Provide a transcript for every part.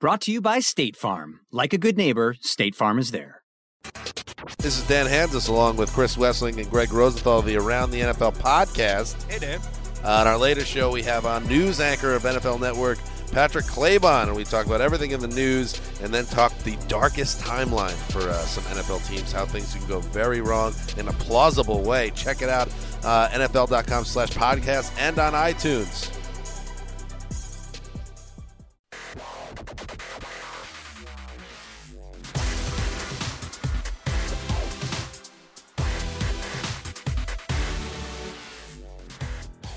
Brought to you by State Farm. Like a good neighbor, State Farm is there. This is Dan Hansis along with Chris Wessling and Greg Rosenthal of the Around the NFL podcast. Hey, Dan. on our latest show, we have on news anchor of NFL Network, Patrick Claybon, and we talk about everything in the news and then talk the darkest timeline for uh, some NFL teams, how things can go very wrong in a plausible way. Check it out, uh, NFL.com slash podcast and on iTunes.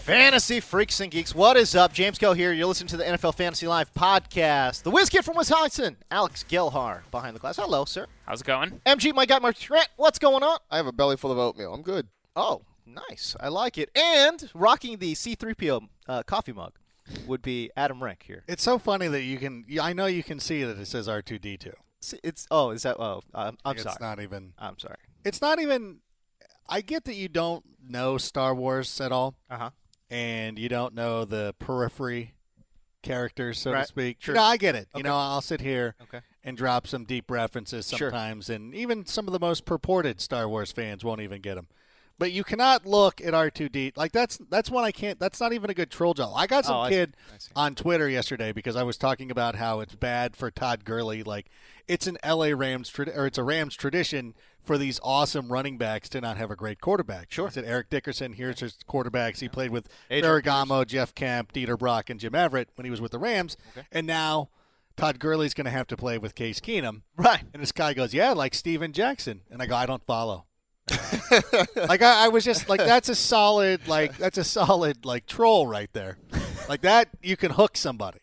Fantasy freaks and geeks, what is up? James Coe here. You're listening to the NFL Fantasy Live podcast. The whiz kid from Wisconsin, Alex Gilhar, behind the glass. Hello, sir. How's it going? MG, my guy, Mark Trent. What's going on? I have a belly full of oatmeal. I'm good. Oh, nice. I like it. And rocking the C3PO uh, coffee mug would be Adam Rank here. It's so funny that you can. I know you can see that it says R two D two. It's, it's oh, is that oh? I'm, I'm it's sorry. not even. I'm sorry. It's not even. I get that you don't know Star Wars at all, Uh huh. and you don't know the periphery characters, so Right. to speak. Sure. No, I get it. Okay. You know, I'll sit here Okay. and drop some deep references Sure. sometimes, and even some of the most purported Star Wars fans won't even get them. But you cannot look at R two D like that's that's one I can't. That's not even a good troll job. I got some Oh, I see. kid I see. on Twitter yesterday because I was talking about how it's bad for Todd Gurley. Like it's an LA Rams trad or it's a Rams tradition for these awesome running backs to not have a great quarterback. Sure. I said Eric Dickerson. Here's his quarterbacks. He played with Adrian Ferragamo, Jeff Kemp, Dieter Brock, and Jim Everett when he was with the Rams, and now. Todd Gurley's going to have to play with Case Keenum. Right. And this guy goes, Yeah, like Steven Jackson. And I go, I don't follow. like I, I was just like that's a solid like that's a solid like troll right there. Like that you can hook somebody.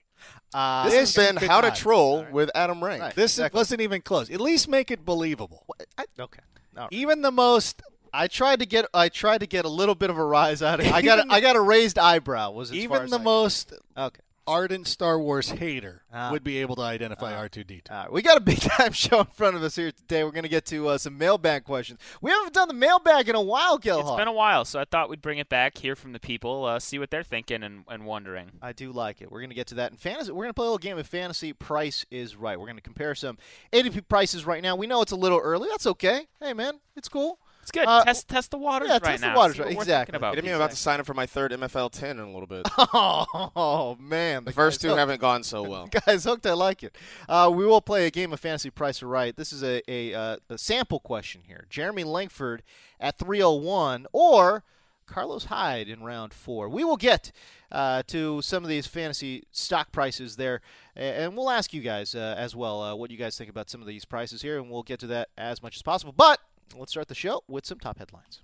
Uh, This, This has been could How to not. Troll with Adam Rank. Right. This Exactly. wasn't even close. At least make it believable. I, okay. All right. Even the most I tried to get I tried to get a little bit of a rise out of it. I got Even- a, I got a raised eyebrow. Was as far even as the I- most okay. ardent Star Wars hater Ah. would be able to identify R2D2. All right, we got a big time show in front of us here today. We're going to get to uh, some mailbag questions. We haven't done the mailbag in a while, Gilhar. It's been a while, so I thought we'd bring it back, hear from the people, uh, see what they're thinking and, and wondering. I do like it. We're going to get to that in fantasy. We're going to play a little game of fantasy. Price is right. We're going to compare some ADP prices right now. We know it's a little early. That's okay. Hey man, it's cool. It's good. Uh, test test the waters yeah, right test the now. waters see what right- we're exactly. thinking about. Get me about to sign up for my third MFL 10 in a little bit. Oh man, The first guy's two hooked. haven't gone so well. Guys, hooked. I like it. Uh, we will play a game of fantasy price or right. This is a a, uh, a sample question here. Jeremy Langford at 301 or Carlos Hyde in round four. We will get uh, to some of these fantasy stock prices there, a- and we'll ask you guys uh, as well uh, what you guys think about some of these prices here, and we'll get to that as much as possible. But let's start the show with some top headlines.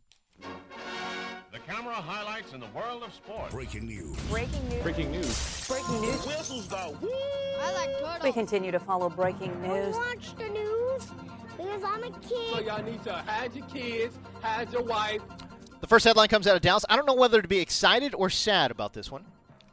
The camera highlights in the world of sports. Breaking news. Whistles go woo. We continue to follow breaking news. Watch the news. Cause I'm a kid. So y'all need to hide your kids, hide your wife. The first headline comes out of Dallas. I don't know whether to be excited or sad about this one.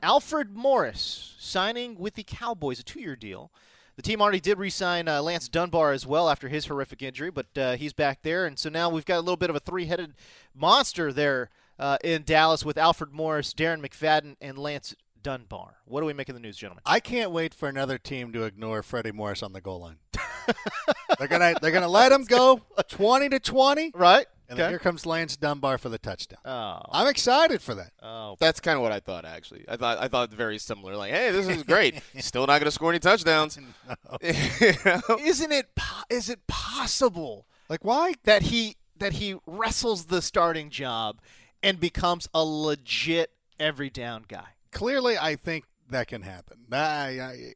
Alfred Morris signing with the Cowboys, a two year deal. The team already did re sign uh, Lance Dunbar as well after his horrific injury, but uh, he's back there. And so now we've got a little bit of a three headed monster there uh, in Dallas with Alfred Morris, Darren McFadden, and Lance Dunbar. What do we make of the news, gentlemen? I can't wait for another team to ignore Freddie Morris on the goal line. they're gonna they're gonna let him go twenty to twenty, right? And then Okay. here comes Lance Dunbar for the touchdown. Oh. I'm excited for that. Oh. That's kind of what I thought actually. I thought I thought very similar. Like, hey, this is great. Still not going to score any touchdowns. Isn't it po- is it possible like why that he that he wrestles the starting job and becomes a legit every down guy? Clearly, I think that can happen. I I,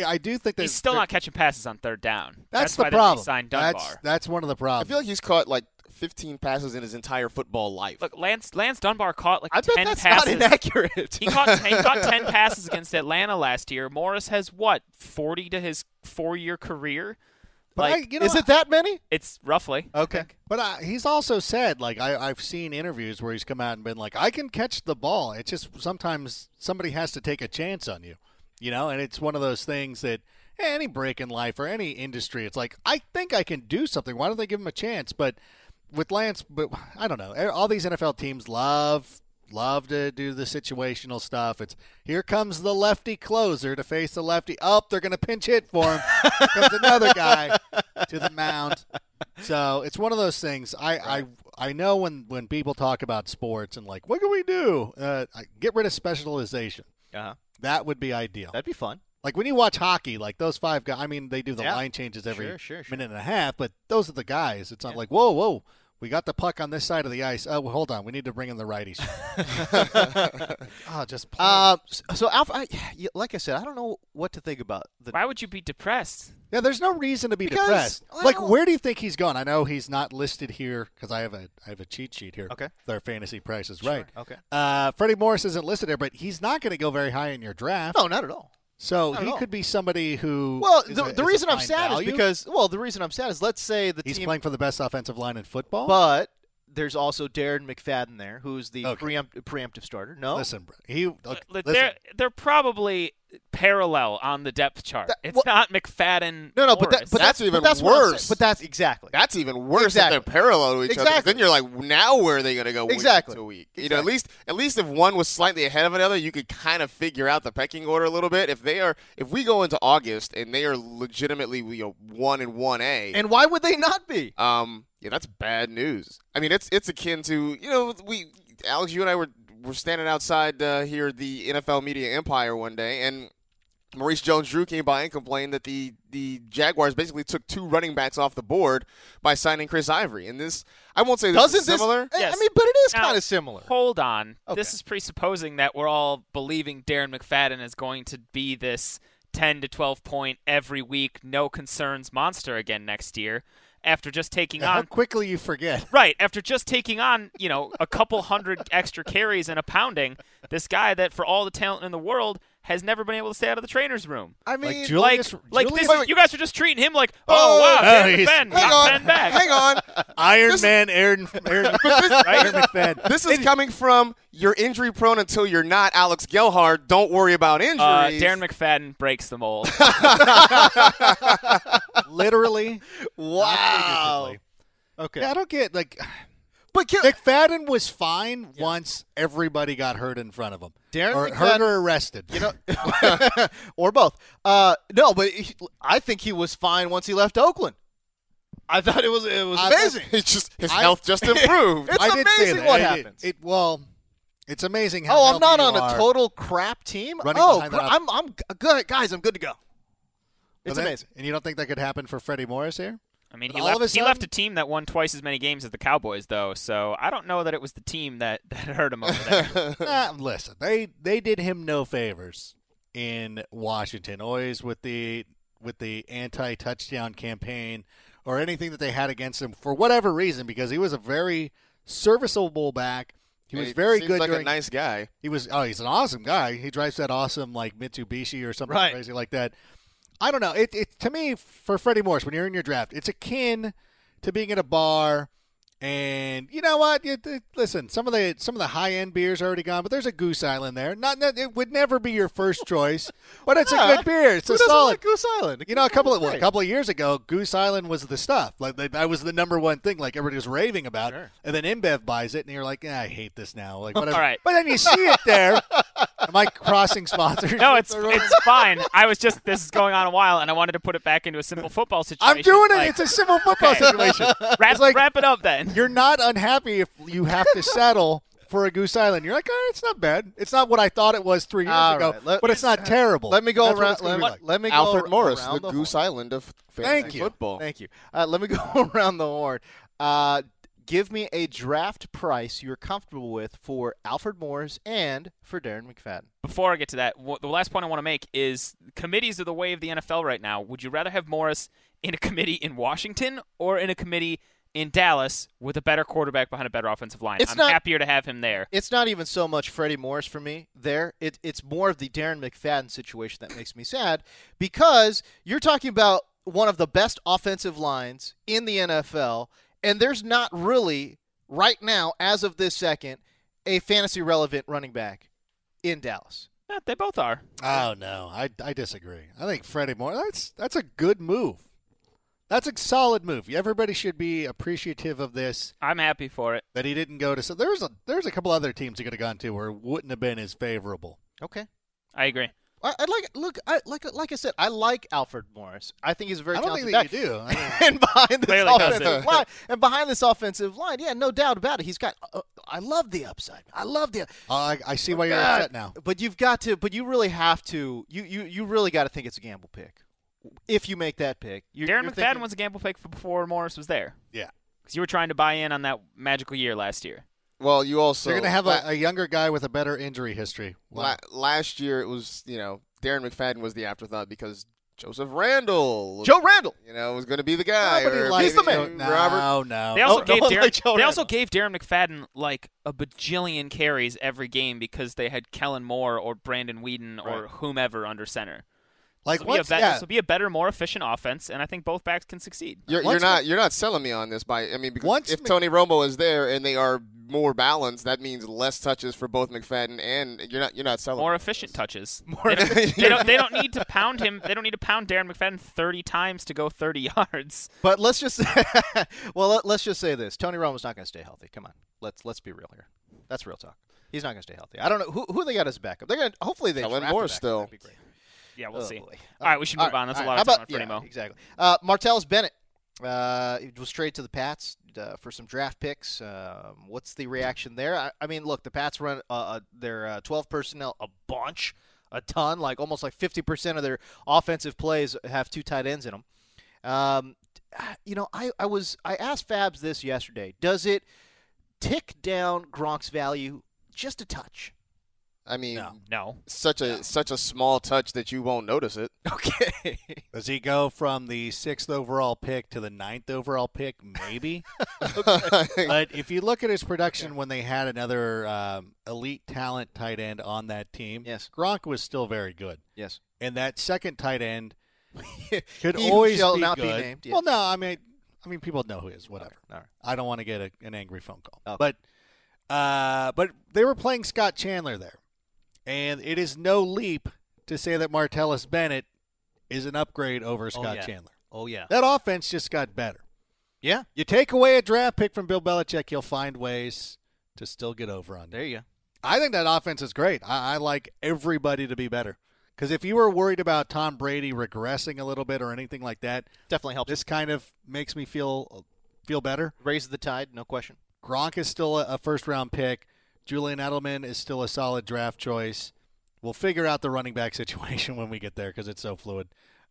I, I do think that He's still not catching passes on third down. That's, why the they problem. re-signed Dunbar. that's that's one of the I problems. feel like he's caught like 15 passes in his entire football life. Look, Lance Lance Dunbar caught like I bet ten that's not passes. inaccurate. He caught he caught ten passes against Atlanta last year. Morris has what forty to his four year career. But I- like, you know, Is it that many? It's roughly. Okay. But uh, he's also said, like I, I've seen interviews where he's come out and been like, "I can catch the ball. It's just sometimes somebody has to take a chance on you, you know." And it's one of those things that any break in life or any industry, it's like I think I can do something. Why don't they give him a chance? But with Lance, but I don't know. E, All these NFL teams love love to do the situational stuff. It's here comes the lefty closer to face the lefty. Up, they're going to pinch hit for him. Here comes another guy to the mound. So it's one of those things. I I, I know when, when people talk about sports and like, what can we do? Uh, I- get rid of specialization. Uh-huh. That would be ideal. That'd be fun. Like when you watch hockey, like those five guys. I mean, they do the Yeah. line changes every Sure, sure, sure. minute and a half, but those are the guys. It's not like, whoa, whoa, we got the puck on this side of the ice. Oh, well, hold on, we need to bring in the righties. oh, just play. Uh, s- so Alfred, I, y- like I said, I don't know what to think about. The, Why would you be depressed? Yeah, there's no reason to be Because, depressed. well- like, where do you think he's gone? I know he's not listed here because I have a I have a cheat sheet here. Okay. their fantasy price is Sure, right. okay. uh, Freddie Morris isn't listed here, but he's not going to go very high in your draft. no, not at all. So not at he all. could be somebody who. Well, is the, a- is the a reason I'm fine sad value. is because well, the reason I'm sad is let's say the he's team, playing for the best offensive line in football. but there's also Darren McFadden there, who's the Okay. preempt, preemptive starter. No, listen, bro, he look, Like, listen, They're they're probably parallel on the depth chart. it's well- not McFadden. no, no, but, that, Morris. but That's but even what I'm saying. worse. But that's exactly. That's even worse Exactly. if they're parallel to each other. 'cause Exactly. Then you're like, now where are they going to go Exactly. week to week? You know, at least at least if one was slightly ahead of another, you could kind of figure out the pecking order a little bit. If they are, if we go into August and they are legitimately you know one and one A, and why would they not be? um, yeah, that's bad news. I mean, it's it's akin to you know we Alex, you and I were were standing outside uh, here at the NFL media empire one day, and Maurice Jones-Drew came by and complained that the the Jaguars basically took two running backs off the board by signing Chris Ivory. And this, I won't say this Doesn't is this? similar. I- Yes. I mean, but it is Now- kind of similar. Hold on. This Okay. is presupposing that we're all believing Darren McFadden is going to be this 10 to 12 point every week, no concerns monster again next year after just taking Uh-huh. how on. quickly you forget. Right, after just taking on, you know, a couple hundred extra carries and a pounding, this guy that for all the talent in the world has never been able to stay out of the trainer's room. I Like mean, Julius- Like Julius- this is, you guys are just treating him like, oh, Oh, wow, Darren he's- McFadden, hang top on, 10 back. hang on. Iron This- Man, Aaron, Aaron, Aaron McFadden. This is coming from you're injury prone until you're not. Alex Gelhard, don't worry about injuries. Uh, Darren McFadden breaks the mold. literally. Wow. figuratively. Okay. Yeah, I don't get like but can, McFadden was fine once everybody got hurt in front of him. Darren or McFadden- hurt or arrested. You know, or both. Uh, no, but he, I think he was fine once he left Oakland. I thought it was it was I- amazing. It's just his I- health just improved. It's I did say amazing that. what It- happens. It, well, it's amazing how. Oh, I'm not healthy on you a are. total crap team. running oh, behind cra- that off- I'm I'm g- good, guys. I'm good to go. But It's then- amazing. And you don't think that could happen for Freddie Morris here? I mean, But he all of left, a he left sudden- a team that won twice as many games as the Cowboys, though. So I don't know that it was the team that, that hurt him over there. Nah, listen, they they did him no favors in Washington, always with the with the anti touchdown campaign or anything that they had against him for whatever reason, because he was a very serviceable back. He was Hey, very seems good Like during a nice guy. He was oh, he's an awesome guy. He drives that awesome like Mitsubishi or something Right. crazy like that. I don't know. It, it to me for Freddie Morris when you're in your draft, it's akin to being at a bar. And you know what? You, th- listen, some of the some of the high end beers are already gone, but there's a Goose Island there. Not that- it would never be your first choice, but it's a good beer. It's Who a doesn't solid like Goose Island. You know, a couple of Island's well, a great. couple of years ago, Goose Island was the stuff. Like they, that was the number one thing. Like everybody was raving about. Sure. And then InBev buys it, and you're like, "Ah, I hate this now. Like whatever. All right. But then you see it there. Am I crossing sponsors? No, it's it's fine. I was just this is going on a while, and I wanted to put it back into a simple football situation. I'm doing it. Like, it's a simple football okay. situation. wrap, It's like- wrap it up then. You're not unhappy if you have to settle for a Goose Island. You're like, oh, it's not bad. It's not what I thought it was three years All ago, right, let- but it's not terrible. Let me go That's what around. it's gonna Let, be like. let me go Alfred ar- Morris, around the, the Goose horn. Island of fantasy Thank you. football. Thank you. Uh, let me go around the horn. Uh, give me a draft price you're comfortable with for Alfred Morris and for Darren McFadden. Before I get to that, wh- the last point I want to make is committees are the way of the NFL right now. Would you rather have Morris in a committee in Washington or in a committee in Dallas with a better quarterback behind a better offensive line? It's I'm not- happier to have him there. It's not even so much Freddie Morris for me there. It, it's more of the Darren McFadden situation that makes me sad because you're talking about one of the best offensive lines in the NFL, and there's not really, right now, as of this second, a fantasy relevant running back in Dallas. Yeah, they both are. Oh no, I, I disagree. I think Freddie Moore. That's that's a good move. That's a solid move. Everybody should be appreciative of this I'm happy for it. that he didn't go to. So there's a there's a couple other teams he could have gone to where it wouldn't have been as favorable. Okay. I agree. I, I like look. I like like I said. I like Alfred Morris. I think he's a very. I don't talented think that back. you do. I mean, and behind this Clearly offensive doesn't. line, and behind this offensive line, yeah, no doubt about it. He's got. Uh, I love the upside. I love the. Uh, I, I see why you're God. upset now. But you've got to. But you really have to. You you you really got to think it's a gamble pick. If you make that pick, you're, Darren you're McFadden thinking- was a gamble pick for before Morris was there. Yeah. Because you were trying to buy in on that magical year last year. Well, you also They're going to have la- a, a younger guy with a better injury history. Wow. la- last year. It was you know Darren McFadden was the afterthought because Joseph Randall, Joe Randall. you know, was going to be the guy. Nobody or likes maybe, Joe- you know, No, Robert. no. They also Oh. no gave one Darren, liked Joe They also Randall. gave Darren McFadden like a bajillion carries every game because they had Kellen Moore or Brandon Whedon or whomever under center. like This will be, a once, bet- yeah, this will be a better, more efficient offense, and I think both backs can succeed. You're, you're Once not you're not selling me on this by I mean because Once if Mc- Tony Romo is there and they are more balanced, that means less touches for both McFadden and you're not you're not selling me More on efficient this. touches. They don't, they, don't, they don't need to pound him. They don't need to pound Darren McFadden 30 times to go 30 yards. But let's just. well, let, let's just say this: Tony Romo's not going to stay healthy. Come on, let's let's be real here. That's real talk. He's not going to stay healthy. I don't know who who they got as a backup. They're going to hopefully they Kellen draft a Moore backup. still. That'd be great. Yeah, we'll Oh, see. boy. All right, we should All move on. That's a all lot right. of How time about- on Freddie yeah, Mo. Exactly. Uh, Martellus Bennett uh, it was straight to the Pats uh, for some draft picks. Um, what's the reaction there? I, I mean, look, the Pats run uh, uh, their uh, 12 personnel a bunch, a ton, like almost like 50% of their offensive plays have two tight ends in them. Um, you know, I, I was I asked Fabs this yesterday. Does it tick down Gronk's value just a touch? I mean, No. No. such a such a small touch that you won't notice it. Okay. does he go from the sixth overall pick to the ninth overall pick? Maybe. but if you look at his production when they had another um, elite talent tight end on that team, Yes. Gronk was still very good, yes. and that second tight end could He who always shall be not be good. named, yes. Well, no, I mean, I mean, people know who he is. Whatever. All right. I don't want to get a, an angry phone call, Okay. but uh, but they were playing Scott Chandler there, and it is no leap to say that Martellus Bennett is an upgrade over Scott yeah. Chandler. Oh yeah. That offense just got better. Yeah. You take away a draft pick from Bill Belichick, he'll find ways to still get over on. you. There you go. I think that offense is great. I, I like everybody to be better. Because if you were worried about Tom Brady regressing a little bit or anything like that, Definitely helps. this kind of makes me feel feel better. Raises the tide, no question. Gronk is still a, a first round pick. Julian Edelman is still a solid draft choice. We'll figure out the running back situation when we get there because it's so fluid,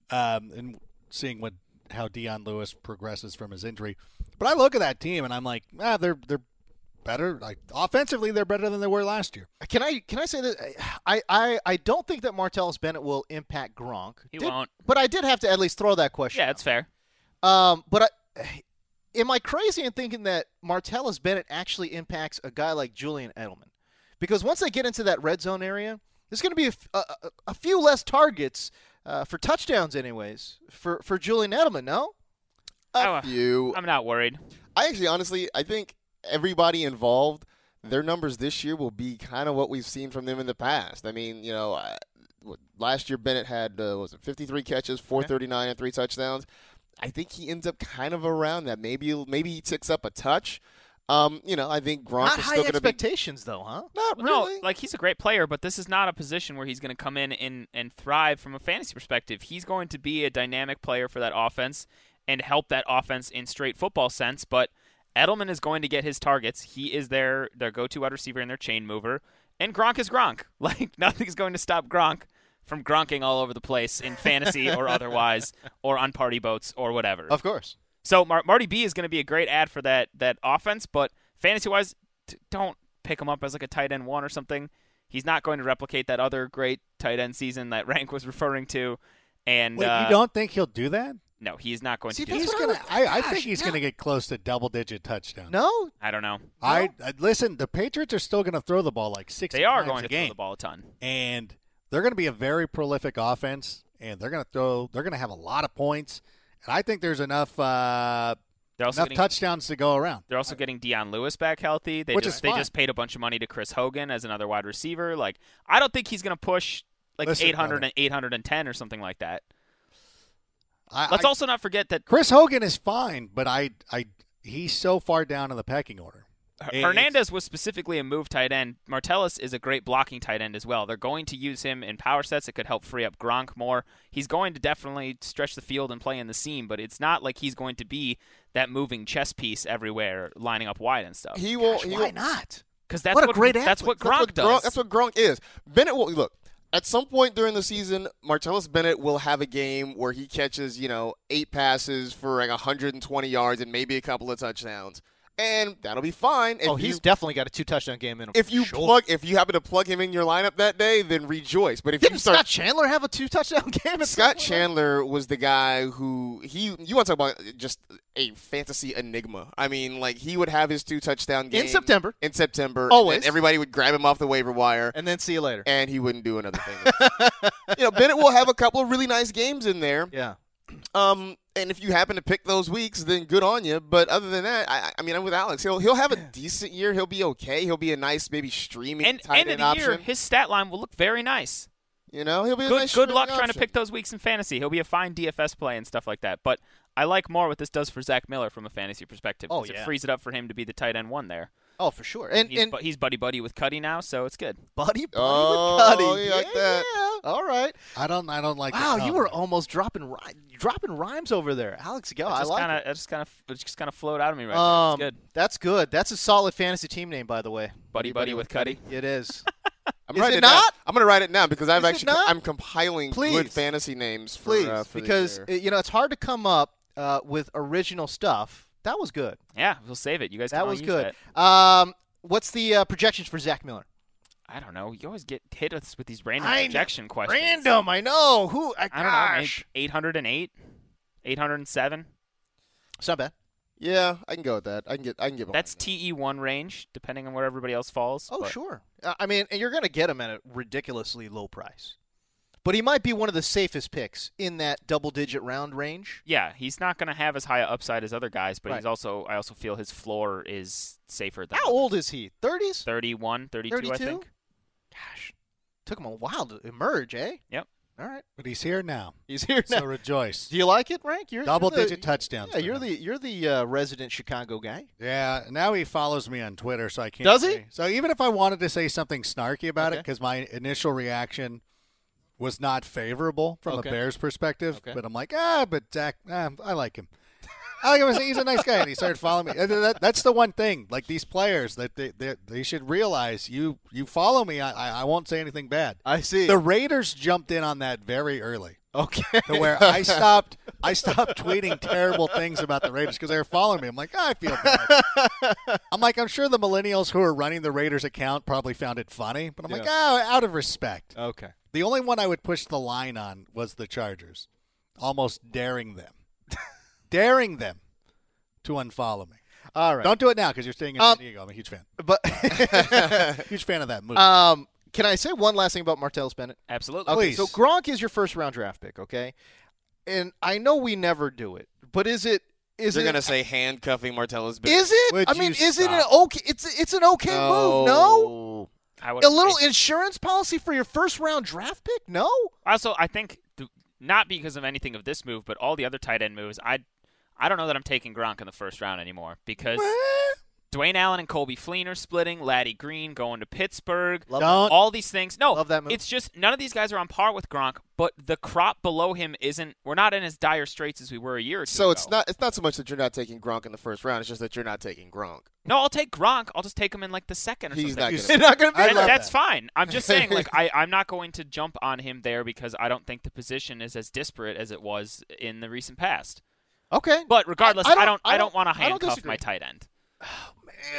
um, and seeing what how Dion Lewis progresses from his injury. But I look at that team and I'm like, ah, they're they're better. Like offensively, they're better than they were last year. Can I can I say that I I, I don't think that Martellus Bennett will impact Gronk. He Did- won't. But I did have to at least throw that question. Yeah, out. that's fair. Um, but I, am I crazy in thinking that Martellus Bennett actually impacts a guy like Julian Edelman? Because once they get into that red zone area, there's going to be a, f- a- a- a few less targets uh, for touchdowns, anyways, for for Julian Edelman. No, A few. I'm not worried. I actually, honestly, I think everybody involved, their numbers this year will be kind of what we've seen from them in the past. I mean, you know, I, what- last year Bennett had uh, what was it 53 catches, 439, and three touchdowns. I think he ends up kind of around that. Maybe maybe he ticks up a touch. Um, you know, I think Gronk not is high still going to be expectations though, huh? Not No, like he's a great player, but this is not a position where he's going to come in and, and thrive from a fantasy perspective. He's going to be a dynamic player for that offense and help that offense in straight football sense. But Edelman is going to get his targets. He is their their go to wide receiver and their chain mover. And Gronk is Gronk. Like nothing's going to stop Gronk from gronking all over the place in fantasy or otherwise, or on party boats or whatever. Of course. So Mar- Marty B is going to be a great ad for that that offense, but fantasy wise, t- don't pick him up as like a tight end one or something. He's not going to replicate that other great tight end season that Rank was referring to. And Wait, uh, you don't think he'll do that? No, he is not going to do. he's that. gonna. I, I think he's gonna get close to double-digit touchdowns. No, I don't know. I, I listen. The Patriots are still going to throw the ball like six. They are times going to a game, throw the ball a ton. and they're going to be a very prolific offense, and they're going to throw. They're going to have a lot of points, and I think there's enough uh, They're enough also getting- touchdowns to go around. They're also getting Deion Lewis back healthy. They Which just is they fine. just paid a bunch of money to Chris Hogan as another wide receiver. Like I don't think he's going to push like Listen, 800 brother. and 810 or something like that. I, Let's I- also not forget that Chris Hogan is fine, but I, I, he's so far down in the pecking order. It- Hernandez was specifically a move tight end. Martellus is a great blocking tight end as well. They're going to use him in power sets. It could help free up Gronk more. He's going to definitely stretch the field and play in the seam, but it's not like he's going to be that moving chess piece everywhere, lining up wide and stuff. He will. he Why will, not? Because that's What a what, great that's what That's Gronk what does. Gronk- that's what Gronk is. Bennett will look. At some point during the season, Martellus Bennett will have a game where he catches, you know, eight passes for like 120 yards and maybe a couple of touchdowns, and that'll be fine. If oh, you- he's definitely got a two touchdown game in him. if you Sure. plug, if you happen to plug him in your lineup that day, then rejoice. But if Didn't you start Scott Chandler have a two touchdown game? Scott at some point? Chandler was the guy who he you want to talk about just a fantasy enigma. I mean, like he would have his two touchdown game September. In September, Always. and everybody would grab him off the waiver wire, And then see you later. and he wouldn't do another thing. you know, Bennett will have a couple of really nice games in there. Yeah. Um, and if you happen to pick those weeks, then good on you. But other than that, I, I mean, I'm with Alex. He'll he'll have a decent year. He'll be okay. He'll be a nice maybe streaming and tight end of end the option. year, his stat line will look very nice. you know, he'll be a good nice good streaming luck trying to option. pick those weeks in fantasy. He'll be a fine DFS play and stuff like that. But I like more what this does for Zach Miller from a fantasy perspective. Oh, 'cause yeah. It frees it up for him to be the tight end one there. Oh, for sure. And He's, and bu- he's buddy buddy with Cuddy now, so it's good. buddy, buddy, with Oh, buddy. you like that. Yeah. All right. I don't, I don't like. the Wow, you tone. were almost dropping ri- dropping rhymes over there, Alex. Go. It Oh, I just like kinda, it. it. just kind of it just kind of flowed out of me right um, there. It's good. That's good. That's a solid fantasy team name, by the way. Buddy buddy with Cuddy. It is. I'm Is writing it down. not? I'm gonna write it down because I've Is it actually not? I'm compiling good Please. fantasy names. For, Please, uh, for the because year. uh, you know it's hard to come up uh, with original stuff. That was good. Yeah, we'll save it. You guys can That all was use good. that. Um, what's the uh, projections for Zach Miller? I don't know. You always get hit us with these random I know. projection questions. Random, I know. Who? I, I don't know. uh, Maybe 808, 807. It's not bad. yeah, I can go with that. I can get I can get. That's behind TE1 range, depending on where everybody else falls. Oh, but- sure. Uh, I mean, and you're going to get him at a ridiculously low price. But he might be one of the safest picks in that double-digit round range. Yeah, he's not going to have as high a upside as other guys, but he's Right. also I also feel his floor is safer than How old is he? 30s? 31, 32, I 32? think. Gosh, took him a while to emerge, eh? Yep. All right, but he's here now. he's here now. So rejoice. Do you like it, Rank? You're you're the- Double-digit touchdowns Yeah, for you're him. the you're the uh, resident Chicago guy. Yeah, now he follows me on Twitter, so I can't. Does he? say- So even if I wanted to say something snarky about it, Okay. because my initial reaction was not favorable from Okay. a Bears perspective, Okay. but I'm like, ah, but Zach, ah, I like him. I like him. He's a nice guy, and he started following me. And that- that's the one thing, like these players, that they they, they should realize you you follow me, I I- I won't say anything bad. I see. The Raiders jumped in on that very early okay. to where I stopped I stopped tweeting terrible things about the Raiders because they were following me. I'm like, "Ah, I feel bad. I'm like, I'm sure the millennials who are running the Raiders account probably found it funny, but I'm like, Yeah. oh, out of respect. okay. The only one I would push the line on was the Chargers, almost daring them, daring them to unfollow me. All right. Don't do it now because you're staying in Um, San Diego. I'm a huge fan, but huge fan of that movie. um, Can I say one last thing about Martellus Bennett? Absolutely. Okay, so Gronk is your first round draft pick, okay? And I know we never do it, but is it is You're it gonna say handcuffing Martellus? Bennett. is it? Would I mean, you is it an stop? okay? It's it's an okay move. No, I would a little I- insurance policy for your first round draft pick. No, Also, I think th- not because of anything of this move, but all the other tight end moves. I, I don't know that I'm taking Gronk in the first round anymore because Dwayne Allen and Colby Fleener splitting, Laddie Green going to Pittsburgh, Love Don't. all these things. No, Love that move. it's just none of these guys are on par with Gronk, but the crop below him isn't. We're not in as dire straits as we were a year or two So it's ago. not it's not so much that you're not taking Gronk in the first round. It's just that you're not taking Gronk. No, I'll take Gronk. I'll just take him in like the second or He's something. not He's gonna. not going to be I And love that's that. fine. I'm just saying, like, I, I'm not going to jump on him there because I don't think the position is as disparate as it was in the recent past. okay, But regardless, I- I I don't- don't, I don't, I don't- want to I don't handcuff disagree. my tight end.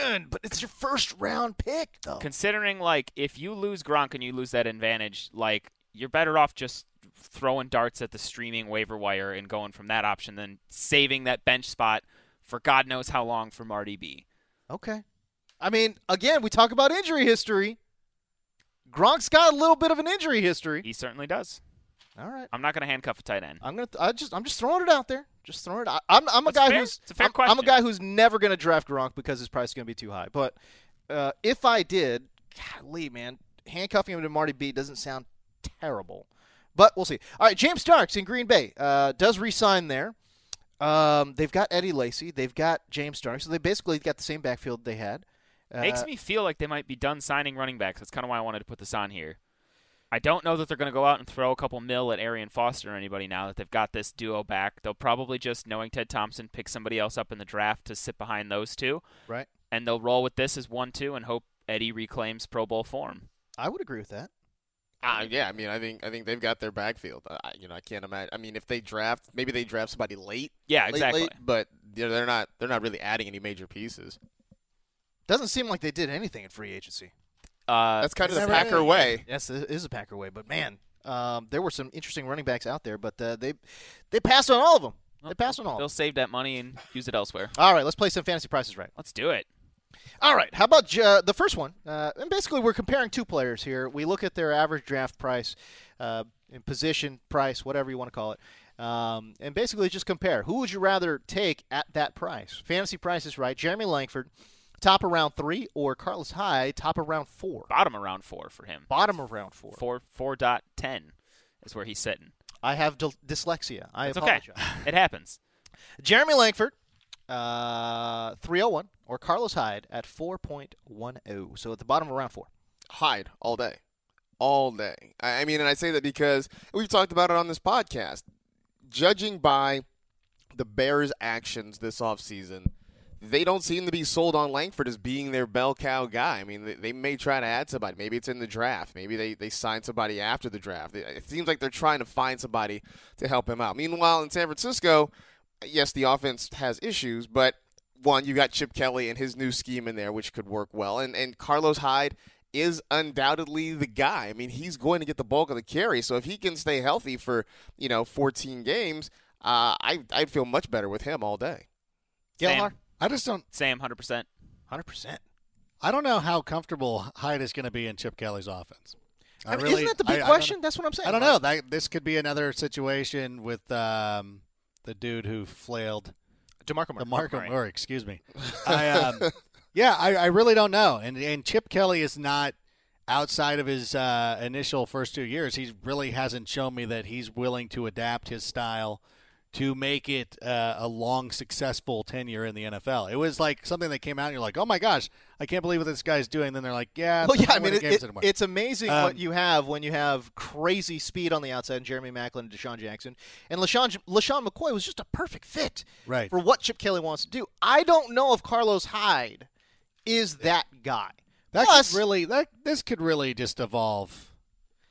man, but it's your first round pick though. Considering, like, if you lose Gronk and you lose that advantage, like, you're better off just throwing darts at the streaming waiver wire and going from that option than saving that bench spot for God knows how long for Marty B. Okay, I mean, again, we talk about injury history. Gronk's got a little bit of an injury history. He certainly does. All right, I'm not going to handcuff a tight end. I'm gonna. I just. I'm just throwing it out there. Just throwing it. I, I'm. I'm a That's guy fair. who's. It's a fair I'm, I'm a question. guy who's never gonna draft Gronk because his price is gonna be too high. But uh, if I did, golly, man, handcuffing him to Marty B doesn't sound terrible. But we'll see. All right, James Starks in Green Bay uh, does resign there. Um, they've got Eddie Lacy. They've got James Starks. So they basically got the same backfield they had. Uh, Makes me feel like they might be done signing running backs. That's kind of why I wanted to put this on here. I don't know that they're going to go out and throw a couple mil at Arian Foster or anybody now that they've got this duo back. They'll probably just, knowing Ted Thompson, pick somebody else up in the draft to sit behind those two, right. and they'll roll with this as one two and hope Eddie reclaims Pro Bowl form. I would agree with that. Uh, yeah, I mean, I think I think they've got their backfield. I, I- you know, I can't imagine. I mean, if they draft, maybe they draft somebody late. Yeah, late, exactly. late, but you know, they're not they're not really adding any major pieces. Doesn't seem like they did anything in free agency. Uh, That's kind of the never Packer really- way. Yes, it is a Packer way, but man, um, there were some interesting running backs out there, but uh, they they passed on all of them. They passed on all. of they'll them. save that money and use it elsewhere. All right, let's play some fantasy prices right. Let's do it. All right, how about uh, the first one? Uh, and basically, we're comparing two players here. We look at their average draft price, uh, and position price, whatever you want to call it, um, and basically just compare. Who would you rather take at that price? Fantasy price is right. Jeremy Langford, top around three, or Carlos Hyde, top around four. Bottom around four for him. Bottom around four. Four four dot ten is where he's sitting. I have dys- dyslexia. I It's okay. apologize. it happens. Jeremy Langford, uh, 301, or Carlos Hyde at 4.10. oh. So at the bottom of round four. Hyde all day, all day. I, I mean, and I say that because we've talked about it on this podcast. Judging by the Bears' actions this offseason, they don't seem to be sold on Langford as being their bell cow guy. I mean, they, they may try to add somebody. Maybe it's in the draft. Maybe they, they sign somebody after the draft. It, it seems like they're trying to find somebody to help him out. Meanwhile, in San Francisco, yes, the offense has issues, but one, you got Chip Kelly and his new scheme in there, which could work well. And, and Carlos Hyde is undoubtedly the guy. I mean, he's going to get the bulk of the carry. So if he can stay healthy for, you know, 14 games, uh, I, I'd feel much better with him all day. Gilhar, I just don't. Sam, hundred percent. 100%. I don't know how comfortable Hyde is going to be in Chip Kelly's offense. I I mean, really- isn't that the I- I big don't- question? That's what I'm saying. I don't know. That, this could be another situation with um, the dude who flailed DeMarco Murray. the Markham Murray. Excuse me. I, um, yeah, I, I really don't know. And and Chip Kelly is not outside of his uh, initial first two years. He really hasn't shown me that he's willing to adapt his style to make it uh, a long, successful tenure in the NFL. It was like something that came out, and you're like, oh my gosh, I can't believe what this guy's doing. then they're like, yeah, Well, yeah, I mean, we're winning it, games it- anymore. it's amazing Um, what you have when you have crazy speed on the outside and Jeremy Macklin and Deshaun Jackson. And LaShawn, LaShawn McCoy was just a perfect fit Right. for what Chip Kelly wants to do. I don't know if Carlos Hyde is that guy. that Plus, could really that this could really just evolve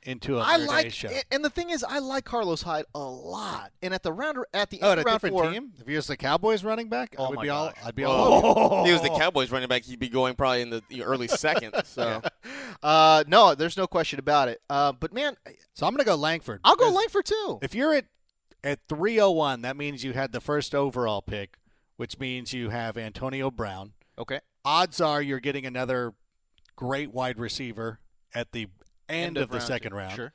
into a I Verde like, show. and- and the thing is, I like Carlos Hyde a lot. And at the round, at the Oh, end at a of round different four, team. If he was the Cowboys running back, Oh I would my be all. gosh. I'd be all. over it. If he was the Oh. Cowboys running back, he'd be going probably in the the early second. So Uh, no, there's no question about it. Uh, but man, So I'm gonna go Langford. I'll go because Langford too. If you're at at 301, that means you had the first overall pick, which means you have Antonio Brown. Okay. Odds are you're getting another great wide receiver at the end, End of, of the round second two. round. Sure.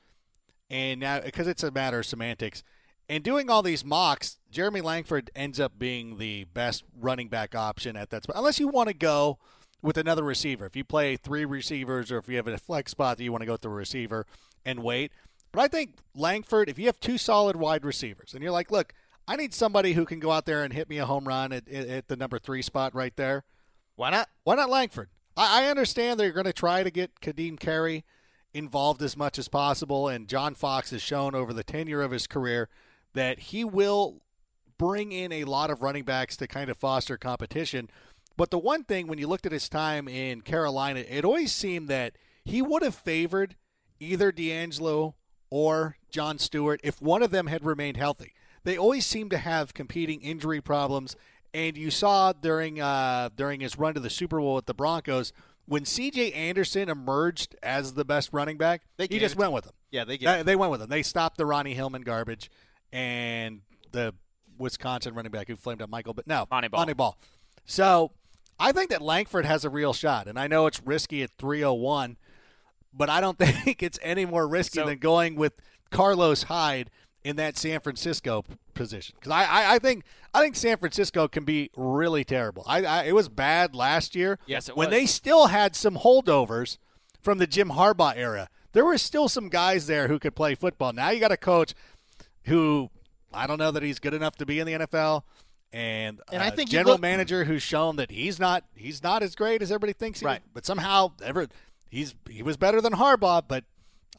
And now, because it's a matter of semantics, and doing all these mocks, Jeremy Langford ends up being the best running back option at that spot. Unless you want to go with another receiver. If you play three receivers or if you have a flex spot that you want to go through a receiver and wait. But I think Langford, if you have two solid wide receivers and you're like, look, I need somebody who can go out there and hit me a home run at, at, at the number three spot right there. Why not? Why not Langford? I, I understand they're going to try to get Kadeem Carey involved as much as possible, and John Fox has shown over the tenure of his career that he will bring in a lot of running backs to kind of foster competition. But the one thing, when you looked at his time in Carolina, it always seemed that he would have favored either D'Angelo or John Stewart if one of them had remained healthy. They always seem to have competing injury problems, and you saw during uh, during his run to the Super Bowl with the Broncos when C.J. Anderson emerged as the best running back, They he gave just it to went him. with him. Yeah, they gave They, it they went with him. They stopped the Ronnie Hillman garbage and the Wisconsin running back who flamed up Michael, but no, Bonnie Ball. So I think that Langford has a real shot, and I know it's risky at 301, but I don't think it's any more risky than going with Carlos Hyde in that San Francisco p- position because I, I, I think I think San Francisco can be really terrible. I, I it was bad last year. Yes, it when was. they still had some holdovers from the Jim Harbaugh era, there were still some guys there who could play football. Now you got a coach who I don't know that he's good enough to be in the NFL. And, And I a think you general look- manager who's shown that he's not he's not as great as everybody thinks he Right. is, but somehow ever he's he was better than Harbaugh, but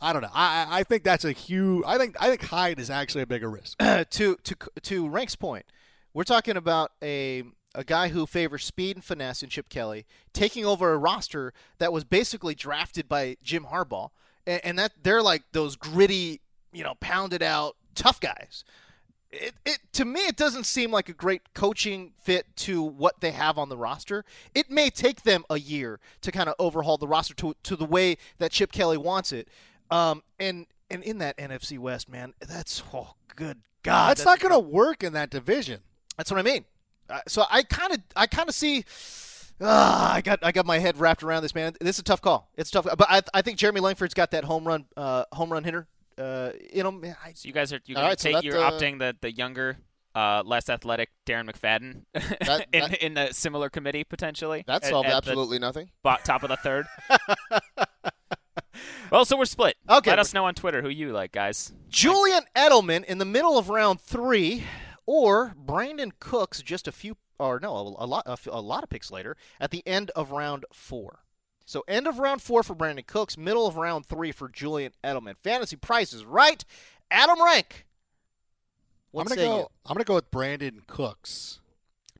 I don't know. I I I think that's a huge. I think I think Hyde is actually a bigger risk. to to to Rank's point, we're talking about a a guy who favors speed and finesse in Chip Kelly taking over a roster that was basically drafted by Jim Harbaugh, and, and that they're like those gritty, you know, pounded out tough guys. It, it to me it doesn't seem like a great coaching fit to what they have on the roster. It may take them a year to kind of overhaul the roster to to the way that Chip Kelly wants it. Um, and and in that NFC West, man, that's oh good God, that's, not going to work in that division. that's what I mean. Uh, so I kind of, I kind of see. ah, I got, I got my head wrapped around this man. This is a tough call. It's a tough, but I, I think Jeremy Langford's got that home run, uh, home run hitter. Uh, you know, man, I, So you guys are you All guys right, so take that, you're uh, opting the the younger, uh, less athletic Darren McFadden in that- in a similar committee potentially. That at- solved at the absolutely nothing. bo- top of the third. well, so we're split. Okay. Let us know on Twitter who you like, guys. Julian Edelman in the middle of round three, or Brandon Cooks just a few, or no, a, a lot, a, f- a lot of picks later at the end of round four. So end of round four for Brandon Cooks, middle of round three for Julian Edelman. Fantasy prices right. Adam Rank. What I'm say gonna go. you? I'm gonna go with Brandon Cooks.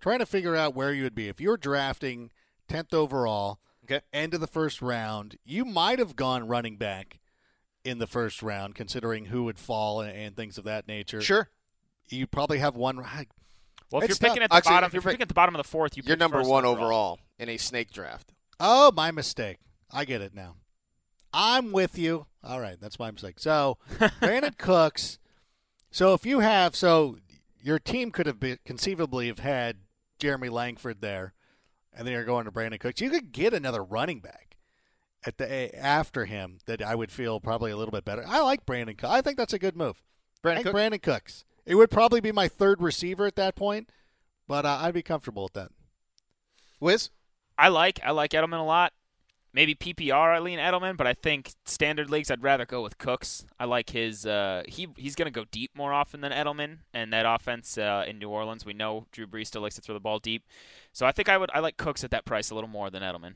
Trying to figure out where you would be if you were drafting 10th overall, Okay. end of the first round. You might have gone running back in the first round, considering who would fall and, and things of that nature. Sure. you probably have one. Well, if It's you're picking tough. at the Actually, bottom, if if you're you're pick- picking at the bottom of the fourth, you You're pick number first one overall in a snake draft. Oh, my mistake. I get it now. I'm with you. All right, that's my mistake. So, Brandon Cooks. So if you have, so your team could have been, conceivably have had Jeremy Langford there, and then you're going to Brandon Cooks. You could get another running back at the a- after him that I would feel probably a little bit better. I like Brandon. Cook. I think that's a good move. I Brandon like Cooks. Brandon Cooks. It would probably be my third receiver at that point, but uh, I'd be comfortable with that. Wiz? I like I like Edelman a lot. Maybe PPR I lean Edelman, but I think standard leagues I'd rather go with Cooks. I like his uh, he he's gonna go deep more often than Edelman, and that offense uh, in New Orleans we know Drew Brees still likes to throw the ball deep. So I think I would I like Cooks at that price a little more than Edelman.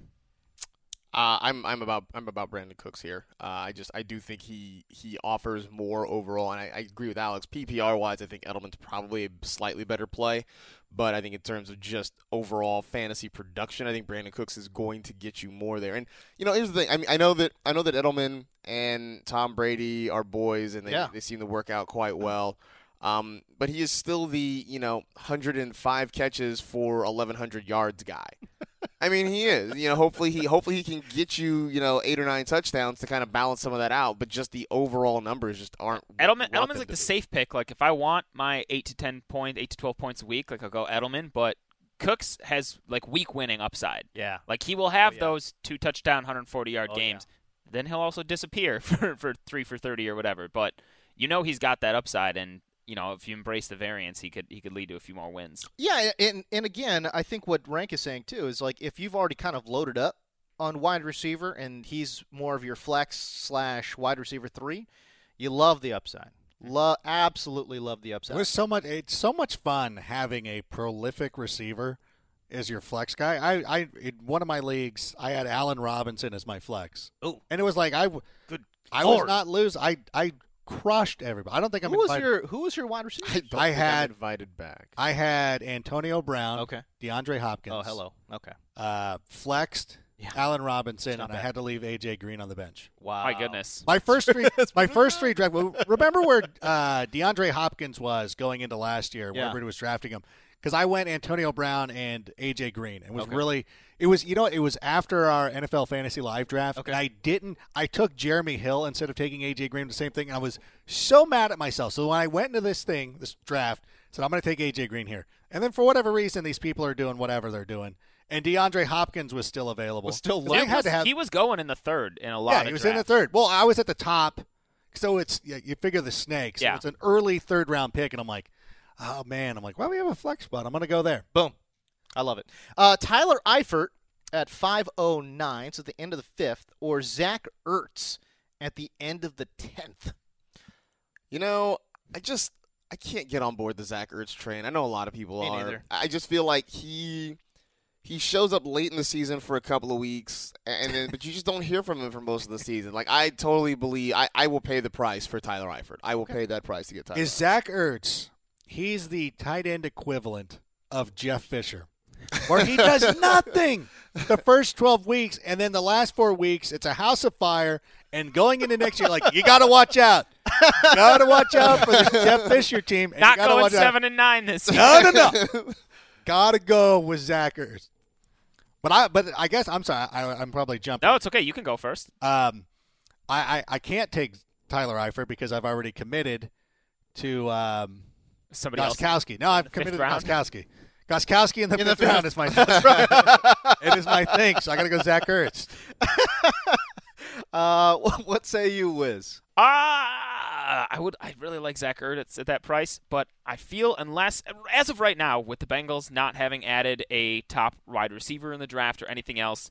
Uh, I'm I'm about I'm about Brandon Cooks here. Uh, I just I do think he he offers more overall, and I, I agree with Alex. PPR wise, I think Edelman's probably a slightly better play, but I think in terms of just overall fantasy production, I think Brandon Cooks is going to get you more there. And you know, here's the thing. I mean, I know that I know that Edelman and Tom Brady are boys, and they Yeah. they seem to work out quite well. Um, but he is still the you know 105 catches for 1100 yards guy. I mean, he is. You know, hopefully he hopefully he can get you you know eight or nine touchdowns to kind of balance some of that out. But just the overall numbers just aren't. what Edelman you want them Edelman's like to the be. safe pick. Like if I want my eight to ten point, eight to twelve points a week, like I'll go Edelman. But Cooks has like week winning upside. Oh, Yeah. Like he will have those two touchdown, 140 yard Oh, games. Then he'll also disappear for, for three for thirty or whatever. But you know he's got that upside, and you know if you embrace the variance, he could he could lead to a few more wins. Yeah, and and again, I think what Rank is saying too is like if you've already kind of loaded up on wide receiver and he's more of your flex slash wide receiver three, you love the upside. Hmm. Love absolutely love the upside. There's so much. It's so much fun having a prolific receiver as your flex guy. I, I in one of my leagues, I had Allen Robinson as my flex. Oh, and it was like I, w- Good I Lord. was not lose. I, I crushed everybody. I don't think I'm. who was invited- your who was your wide receiver? I, had invited back. I had Antonio Brown. Okay. DeAndre Hopkins. Oh, hello. Okay. Uh, flexed. Allen Robinson, not and I bad. had to leave AJ Green on the bench. Wow. My goodness. My first three, my first three draft. well, Remember where uh, DeAndre Hopkins was going into last Yeah. year? Where everybody was drafting him because I went Antonio Brown and AJ Green. It was Okay. really, it was you know, it was after our NFL fantasy live draft. And I didn't. I took Jeremy Hill instead of taking AJ Green. The same thing. I was so mad at myself. So when I went into this thing, this draft, I said I'm going to take AJ Green here, and then for whatever reason, these people are doing whatever they're doing. And DeAndre Hopkins was still available. Was still 'Cause I He had was, to have he was going in the third in a lot. yeah, of he was in the drafts. third. Well, I was at the top, so it's yeah, you figure the snake. So Yeah. it's an early third round pick, and I'm like, oh man, I'm like, why do we have a flex spot? I'm gonna go there. Boom. I love it. Uh, Tyler Eifert at 509, so at the end of the fifth, or Zach Ertz at the end of the 10th. You know, I just I can't get on board the Zach Ertz train. I know a lot of people Me are. neither. I just feel like he he shows up late in the season for a couple of weeks, and then but you just don't hear from him for most of the season. Like I totally believe I, I will pay the price for Tyler Eifert. I will pay that price to get Tyler. Is Zach Ertz? He's the tight end equivalent of Jeff Fisher, where he does nothing the first 12 weeks, and then the last four weeks, it's a house of fire. And going into next year, like you got to watch out, got to watch out for this Jeff Fisher team. And you Not gotta going watch out. seven and nine this year. No, no, no. Gotta go with Zach Ertz. But I, but I guess I'm sorry. I, I'm probably jumping. No, it's okay. You can go first. Um, I, I, I can't take Tyler Eifert because I've already committed to um, Somebody else. Goskowski. No, I've fifth committed to round? Goskowski. Goskowski in the In the fifth round is my it is my thing. So I gotta go Zach Ertz. Uh, wh- what say you, Wiz? Ah, I would. I really like Zach Ertz at that price, but I feel unless, as of right now, with the Bengals not having added a top wide receiver in the draft or anything else,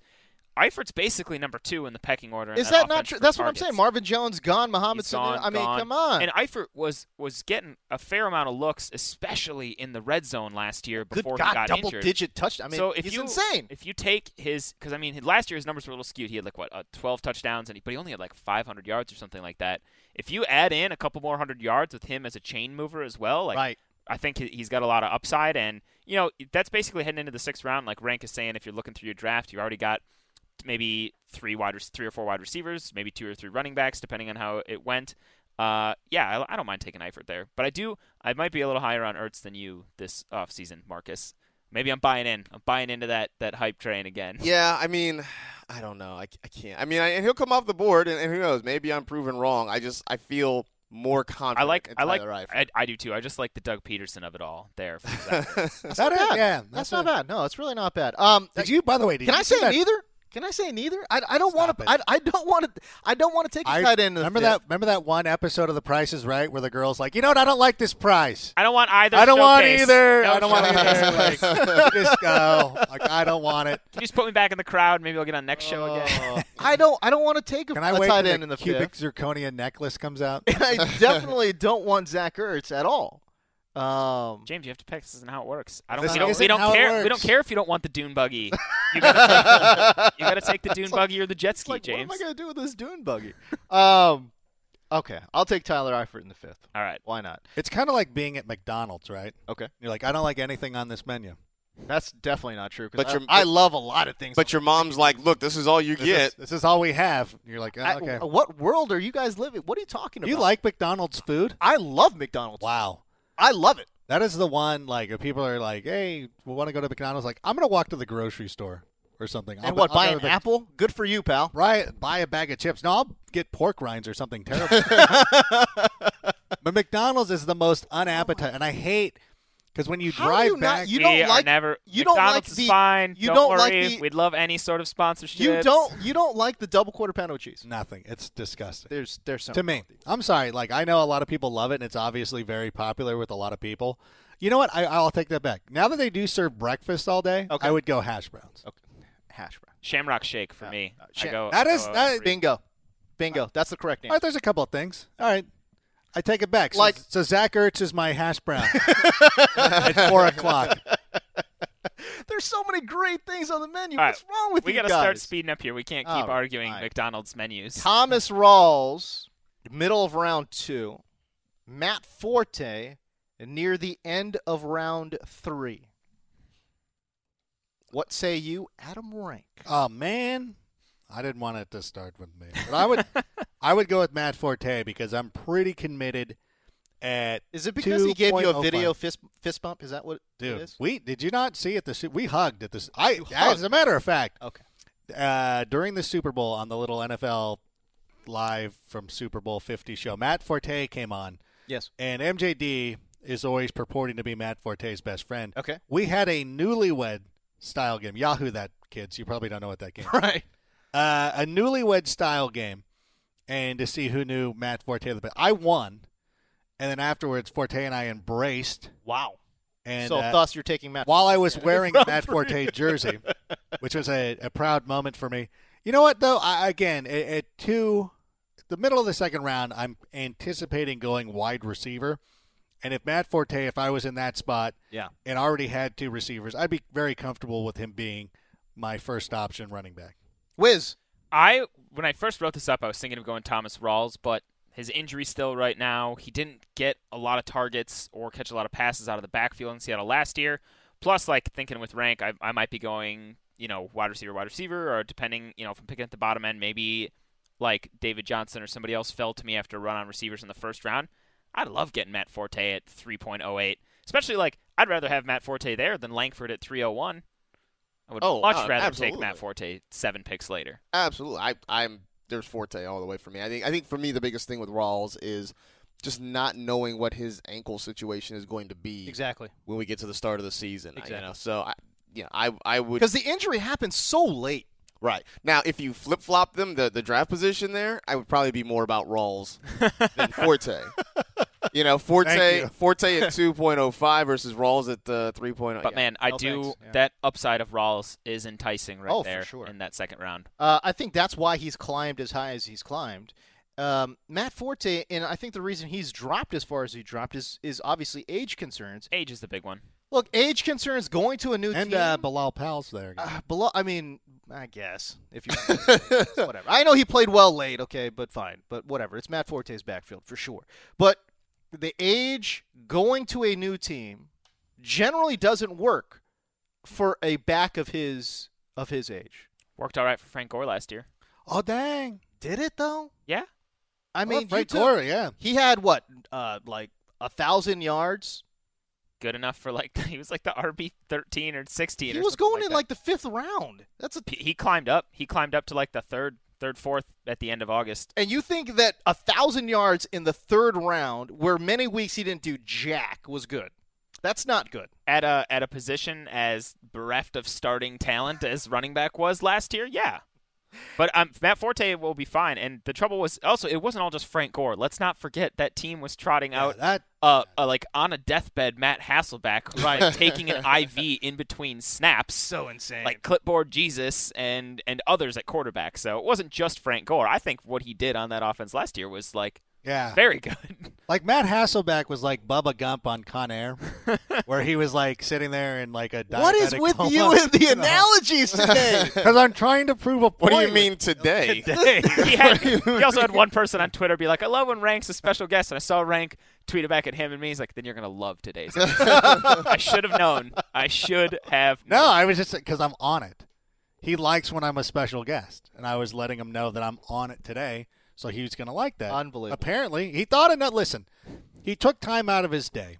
Eifert's basically number two in the pecking order. in Is that not offense true? for That's what I'm targets. saying. Marvin Jones gone, Muhammad He's Sanu- gone, I mean, gone. come on. And Eifert was was getting a fair amount of looks, especially in the red zone last year Good before God, he got double injured. digit touchdown. I mean, so if he's you insane. if you take his because I mean last year his numbers were a little skewed. He had like what uh, 12 touchdowns and he, but he only had like 500 yards or something like that. If you add in a couple more hundred yards with him as a chain mover as well, like Right. I think he- he's got a lot of upside and you know that's basically heading into the sixth round. Like Rank is saying, if you're looking through your draft, you already got maybe three wide, rec- three or four wide receivers, maybe two or three running backs, depending on how it went. Uh, yeah, I, I don't mind taking Eifert there, but I do. I might be a little higher on Ertz than you this offseason, Marcus. Maybe I'm buying in. I'm buying into that that hype train again. Yeah, I mean, I don't know. I, I can't. I mean, I, and he'll come off the board, and, and who knows? Maybe I'm proven wrong. I just I feel more confident. I like. in I like. Tyler Eifert. I, I do too. I just like the Doug Peterson of it all. There. For Zach Ertz. That's not bad. Yeah, That's a- not bad. No, it's really not bad. Um, Did you? By the way, did can you I see say that? neither? Can I say neither? I, I don't want Stop to. it. I, I don't want to. I don't want to take a I tight end. in the remember fifth. that. Remember that one episode of The Price is Right where the girl's like, you know what? I don't like this price. I don't want either. I don't want showcase. either. No I don't want showcase. either. Like, just go. Like, I don't want it. Can you just put me back in the crowd? Maybe I'll get on next Oh. show again. I don't. I don't want to take a, Can I a wait tight till end the in the cubic fifth. zirconia necklace comes out? And I definitely don't want Zach Ertz at all. Um, James, you have to pick. This isn't how it works. I don't. This We don't, isn't we don't how it care. We works. don't care if you don't want the dune buggy. You gotta take, you gotta take the dune buggy or the jet ski, like, James. what am I gonna do with this dune buggy? um, okay, I'll take Tyler Eifert in the fifth. All right. Why not? It's kind of like being at McDonald's, right? Okay, You're like, I don't like anything on this menu. that's definitely not true. 'cause But I, you're- I love a lot of things. But your mom's like, look, this is all you This get. is, this is all we have. You're like, oh, I- okay. what world are you guys living? What are you talking about? you like McDonald's food? I love McDonald's. Wow. I love it. That is the one, like, if people are like, hey, we want to go to McDonald's, like, I'm going to walk to the grocery store or something. I'll, And what? I'll Buy go to an the- apple? Good for you, pal. Right, buy a bag of chips. No, I'll get pork rinds or something terrible. but McDonald's is the most unappetizing, and I hate Because when you How drive do you not- back, you we don't are like- never. you don't McDonald's like is the- fine. you don't, don't worry. like the- We'd love any sort of sponsorship. You don't you don't like the double quarter pounder with cheese. nothing. It's disgusting. There's there's some to me. I'm sorry. Like I know a lot of people love it, and it's obviously very popular with a lot of people. You know what? I, I'll take that back. Now that they do serve breakfast all day, Okay. I would go hash browns. hash brown. Shamrock Shake for me. Sham- I go. That I is- go that- three. Bingo. Bingo. That's the correct All right, answer. there's a couple of things. All right, I take it back. So, Like- so Zach Ertz is my hash brown at four o'clock. There's so many great things on the menu. All right, What's wrong with we you gotta guys? start speeding up here. We can't keep All arguing right. McDonald's menus. Thomas Rawls, middle of round two. Matt Forte, near the end of round three. What say you, Adam Rank? Oh man, I didn't want it to start with me, but I would. I would go with Matt Forte because I'm pretty committed. At Is it because he gave you a 2.05. video fist, fist bump? Is that what it Dude, is? we did you not see at the Su- we hugged at this. I You as hugged? a matter of fact, Okay. uh, during the Super Bowl on the little NFL live from Super Bowl 50 show, Matt Forte came on, Yes. and MJD is always purporting to be Matt Forte's best friend. Okay. We had a newlywed style game. Yahoo that kids, you probably don't know what that game. is. Right. Uh, a newlywed style game, and to see who knew Matt Forte the best. I won, and then afterwards, Forte and I embraced. Wow. And so uh, thus you're taking Matt. while I Forte. was wearing a Matt Forte jersey, which was a, a proud moment for me. You know what though? I, again, at, at two, the middle of the second round, I'm anticipating going wide receiver. And if Matt Forte, if I was in that spot, Yeah. and already had two receivers, I'd be very comfortable with him being my first option running back. Wiz. I when I first wrote this up, I was thinking of going Thomas Rawls, but his injury still right now. He didn't get a lot of targets or catch a lot of passes out of the backfield in Seattle last year. Plus, like thinking with rank, I, I might be going you know wide receiver, wide receiver, or depending you know if I'm picking at the bottom end, maybe like David Johnson or somebody else fell to me after a run on receivers in the first round. I'd love getting Matt Forte at 3.08, especially like I'd rather have Matt Forte there than Langford at 301. I would Oh, much uh, rather absolutely. take Matt Forte seven picks later. Absolutely. I, I'm there's Forte all the way for me. I think I think for me the biggest thing with Rawls is just not knowing what his ankle situation is going to be Exactly. when we get to the start of the season. you know. Exactly. So I you know, I I would Because the injury happened so late. right. Now if you flip flop them the, the draft position there, I would probably be more about Rawls than Forte. you know, Forte Thank you. Forte at two point oh five versus Rawls at uh, three point oh But man, I No do thanks. Yeah. that upside of Rawls is enticing right Oh, for there sure. in that second round. Uh, I think that's why he's climbed as high as he's climbed. Um, Matt Forte, and I think the reason he's dropped as far as he dropped is is obviously age concerns. Age is the big one. Look, age concerns going to a new And team. uh, Bilal Powell's there. uh, below, I mean, I guess if you whatever. I know he played well late, okay, but fine, but whatever. It's Matt Forte's backfield for sure. But the age going to a new team generally doesn't work for a back of his of his age. Worked all right for Frank Gore last year. oh dang! Did it though? Yeah. I mean, you Frank took- Gore, yeah. He had what, uh, like a thousand yards. Good enough for like he was like the RB thirteen or sixteen. He or was something going in that. like the fifth round. That's a. He- he climbed up. He climbed up to like the third, third, fourth at the end of August. And you think that a thousand yards in the third round, where many weeks he didn't do jack, was good? That's not good. At a at a position as bereft of starting talent as running back was last year, yeah. But um, Matt Forte will be fine. And the trouble was also it wasn't all just Frank Gore. Let's not forget that team was trotting Yeah, out that uh, uh, like on a deathbed Matt Hasselback who's like taking an IV in between snaps. So insane. like clipboard Jesus and and others at quarterback. So it wasn't just Frank Gore. I think what he did on that offense last year was like yeah. very good. Like Matt Hasselback was like Bubba Gump on Con Air, where he was like sitting there in like a What is diabetic with coma. you and the analogies today? Because I'm trying to prove a What point. do you mean today? he, had, he also had one person on Twitter be like, "I love when Rank's a special guest," and I saw Rank tweet it back at him and me. He's like, "Then you're gonna love today's." episode." I should have known. I should have. No, known. I was just because I'm on it. He likes when I'm a special guest, and I was letting him know that I'm on it today, so he was going to like that. Unbelievable. Apparently, he thought enough. Listen, he took time out of his day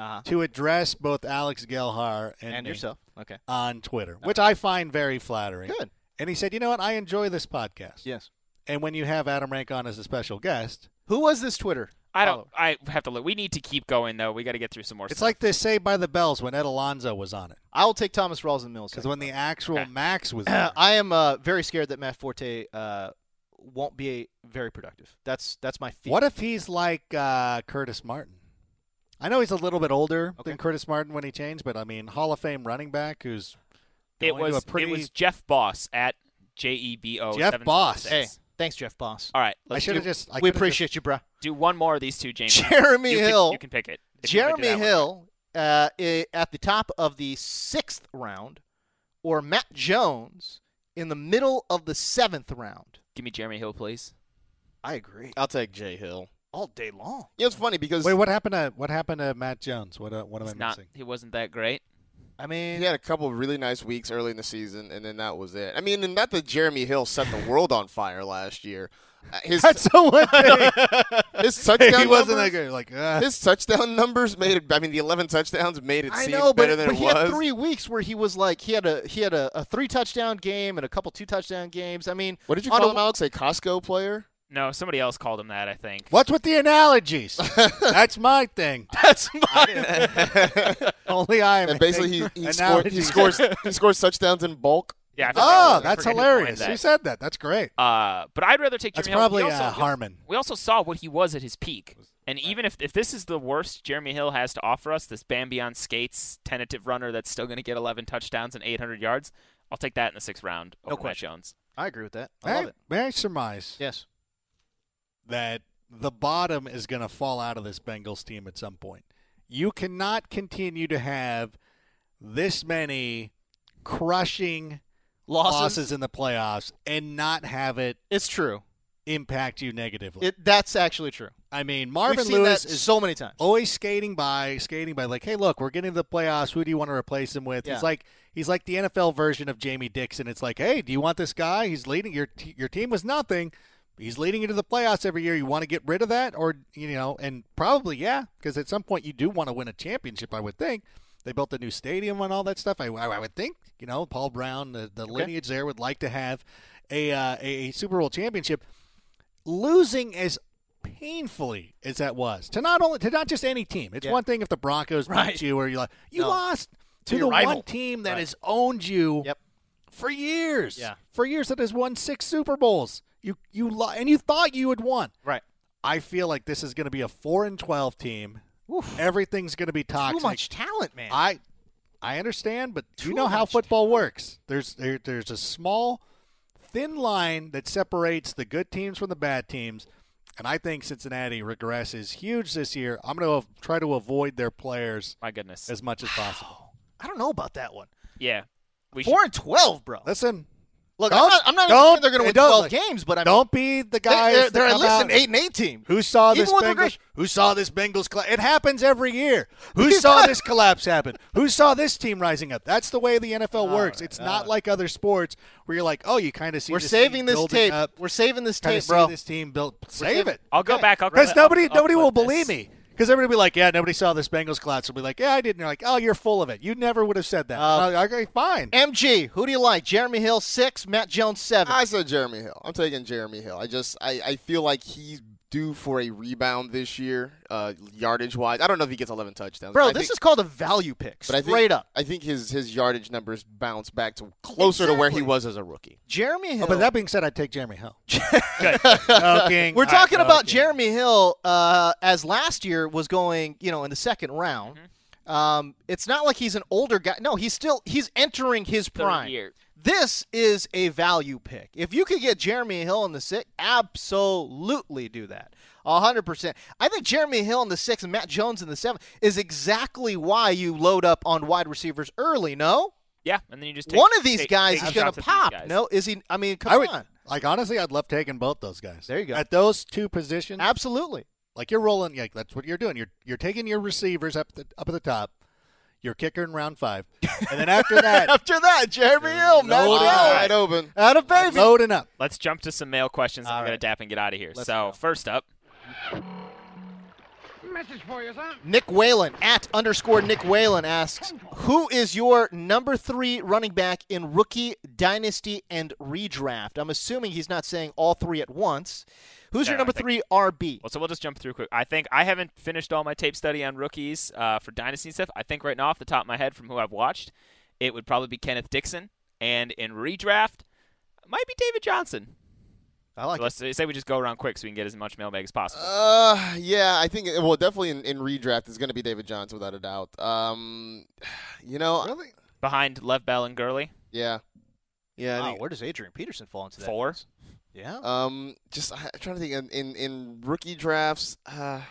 Uh-huh. to address both Alex Gelhar and, And me yourself, okay? on Twitter, which I find very flattering. Good. And he said, "You know what? I enjoy this podcast." Yes. And when you have Adam Rank on as a special guest, Who was this Twitter? I don't. I have to look. We need to keep going though. We got to get through some more. It's stuff. like they say by the bells when Ed Alonzo was on it. I will take Thomas Rawls and Mills Because when the actual Max was there, I am uh, very scared that Matt Forte uh, won't be very productive. That's that's my fear. what if he's like uh, Curtis Martin? I know he's a little bit older than Curtis Martin when he changed, but I mean, Hall of Fame running back who's it going to was. a pretty It was Jeff Boss at J E B O. Jeff Boss. Hey, thanks, Jeff Boss. All right. I Let's should have do- just. I we could've appreciate you, bro. do one more of these two, James. Jeremy You can- Hill. you can pick it. if you wanna do Jeremy that one. Hill uh, i- at the top of the sixth round, or Matt Jones in the middle of the seventh round. Give me Jeremy Hill, please. I agree I'll take Jay Hill. all day long. Yeah, it's funny Just, because wait, what happened to what happened to Matt Jones? What uh, what am He's I not. missing? He wasn't that great. I mean, He had a couple of really nice weeks early in the season, and then that was it. I mean, and not that Jeremy Hill set the world on fire last year. Uh, His That's the one thing. his touchdown he wasn't numbers, that good. Like, uh, His touchdown numbers made it. I mean, the eleven touchdowns made it I seem know, but, better than but it he was. had three weeks where he was like he had a he had a, a three touchdown game and a couple two touchdown games. I mean, What did you on call a- him, Alex? A Costco player? No, somebody else called him that. I think. what's with the analogies? That's my thing. That's my Only I am. And basically, he, making he, scored, he analogies. scores he scores touchdowns in bulk. Yeah. I forgot Oh, who- I that's forget who coined hilarious. that. Who said that? That's great. Uh, but I'd rather take Jeremy That's Hill. We probably also- uh, Harmon. We also saw what he was at his peak. And even if, if this is the worst Jeremy Hill has to offer us, this Bambi on skates tentative runner that's still going to get 11 touchdowns and 800 yards, I'll take that in the sixth round over Matt question. Jones. I agree with that. I May love I, it. may I surmise Yes. that the bottom is going to fall out of this Bengals team at some point? You cannot continue to have this many crushing Losses? losses in the playoffs and not have it It's true. impact you negatively. It that's actually true. I mean, Marvin We've seen Lewis that is so many times. always skating by, skating by. Like, hey, look, we're getting to the playoffs. Who do you want to replace him with? Yeah. He's like, he's like the NFL version of Jamie Dixon. It's like, hey, do you want this guy? He's leading your t- your team was nothing. He's leading you to the playoffs every year. You want to get rid of that, or you know, and probably yeah, because at some point you do want to win a championship. I would think they built a new stadium and all that stuff. I, I would think you know Paul Brown, the, the lineage there would like to have a uh, a Super Bowl championship losing as painfully as that was to not only to not just any team. It's Yeah. one thing if the Broncos Right. beat you or you like you No. lost to, To the your rival. one team that Right. has owned you Yep. for years. Yeah. For years that has won six Super Bowls. You you lo- and you thought you had won. Right. I feel like this is going to be a 4 and 12 team. Oof. Everything's going to be Too toxic. much talent, man. I I understand, but Too you know how much football works. There's there, there's a small thin line that separates the good teams from the bad teams, and I think Cincinnati regresses huge this year. I'm going to try to avoid their players My goodness. as much as possible. I don't know about that one. Yeah. We Four and twelve, bro. Listen, Look, Don't- I'm not, I'm not don't- even saying they're going to win don't, twelve like, games, but I mean, don't be the they, guys they're, that they're at come least out- an eight and eight team. Who saw Even this with Bengals? regression- Who saw this Bengals? Coll- it happens every year. Who saw this collapse happen? Who saw this team rising up? That's the way the NFL works. right, It's all not right. like other sports where you're like, oh, you kind of see. We're this saving team this building tape. Up, We're saving this kinda tape, see bro. This team built. Save saving- it. I'll go back. I'll go Because back- I'll- nobody, I'll nobody clip will believe this. me. Because everybody will be like, yeah, nobody saw this Bengals collapse. Will be like, yeah, I didn't. You're like, oh, you're full of it. You never would have said that. Uh, Oh, okay, fine. MG, who do you like? Jeremy Hill six, Matt Jones seven. I said Jeremy Hill. I'm taking Jeremy Hill. I just I, I feel like he's due for a rebound this year, uh, yardage wise. I don't know if he gets 11 touchdowns. bro, I this think- is called a value pick. but I Straight think, up. I think his his yardage numbers bounce back to closer to where he Exactly. was as a rookie. Jeremy Hill. Oh, but that being said, I'd take Jeremy Hill. Good. Joking. We're All right, talking about joking. Jeremy Hill uh, as last year was going, you know, in the second round. Mm-hmm. Um, it's not like he's an older guy. No, he's still he's entering his Third prime. year. This is a value pick. If you could get Jeremy Hill in the sixth, absolutely do that. A hundred percent. I think Jeremy Hill in the sixth and Matt Jones in the seventh is exactly why you load up on wide receivers early. No, Yeah. And then you just take, one of these take- guys take is going shots to at these pop. guys. No, is he? I mean, come I would on, like honestly, I'd love taking both those guys. There you go. At those two positions, absolutely. like you're rolling, like that's what you're doing. You're you're taking your receivers up the, up at the top, your kicker in round five, and then after that, After that, Jeremy Hill, Matt Loaded Jones. Wide open. Out of baby. loading up. Let's jump to some mail questions. and All I'm going right. to dap and get out of here. Let's so, go. first up, message for you, son. Nick Whalen at underscore Nick Whalen asks, "Who is your number three running back in rookie dynasty and redraft?" I'm assuming he's not saying all three at once. Who's No, your I number think- three RB? Well, so we'll just jump through quick. I think I haven't finished all my tape study on rookies uh, for dynasty and stuff. I think right now, off the top of my head, from who I've watched, it would probably be Kenneth Dixon, and in redraft, might be David Johnson. I like. Let's say we just go around quick so we can get as much mailbag as possible. Uh, yeah, I think well, definitely in, in redraft is going to be David Johnson without a doubt. Um, you know, I think Behind Lev Bell and Gurley, yeah, yeah. I Wow, think- where does Adrian Peterson fall into that? four. Yeah. Um, just I- I'm trying to think in in, in rookie drafts. Uh,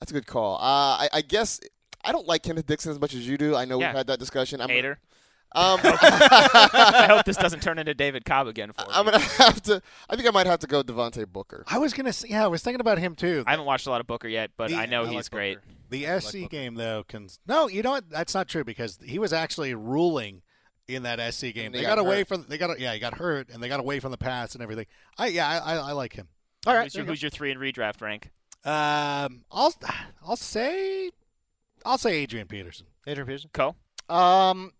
that's a good call. Uh, I, I guess I don't like Kenneth Dixon as much as you do. I know Yeah. we've had that discussion. I'm Hater. Um, I hope this doesn't turn into David Cobb again for I'm me. gonna have to. I think I might have to go Devontae Booker. I was gonna say, yeah, I was thinking about him too. I haven't watched a lot of Booker yet, but The- I know I like he's great. The SC game though can no, you know what? That's not true because he was actually ruling in that SC game. And They, they got, got away hurt. from they got yeah he got hurt and they got away from the pass and everything. I yeah I I, I like him. All right. who's, your, there you who's your three in redraft rank? Um, I'll I'll say I'll say Adrian Peterson. go. Adrian Peterson. Co. Um,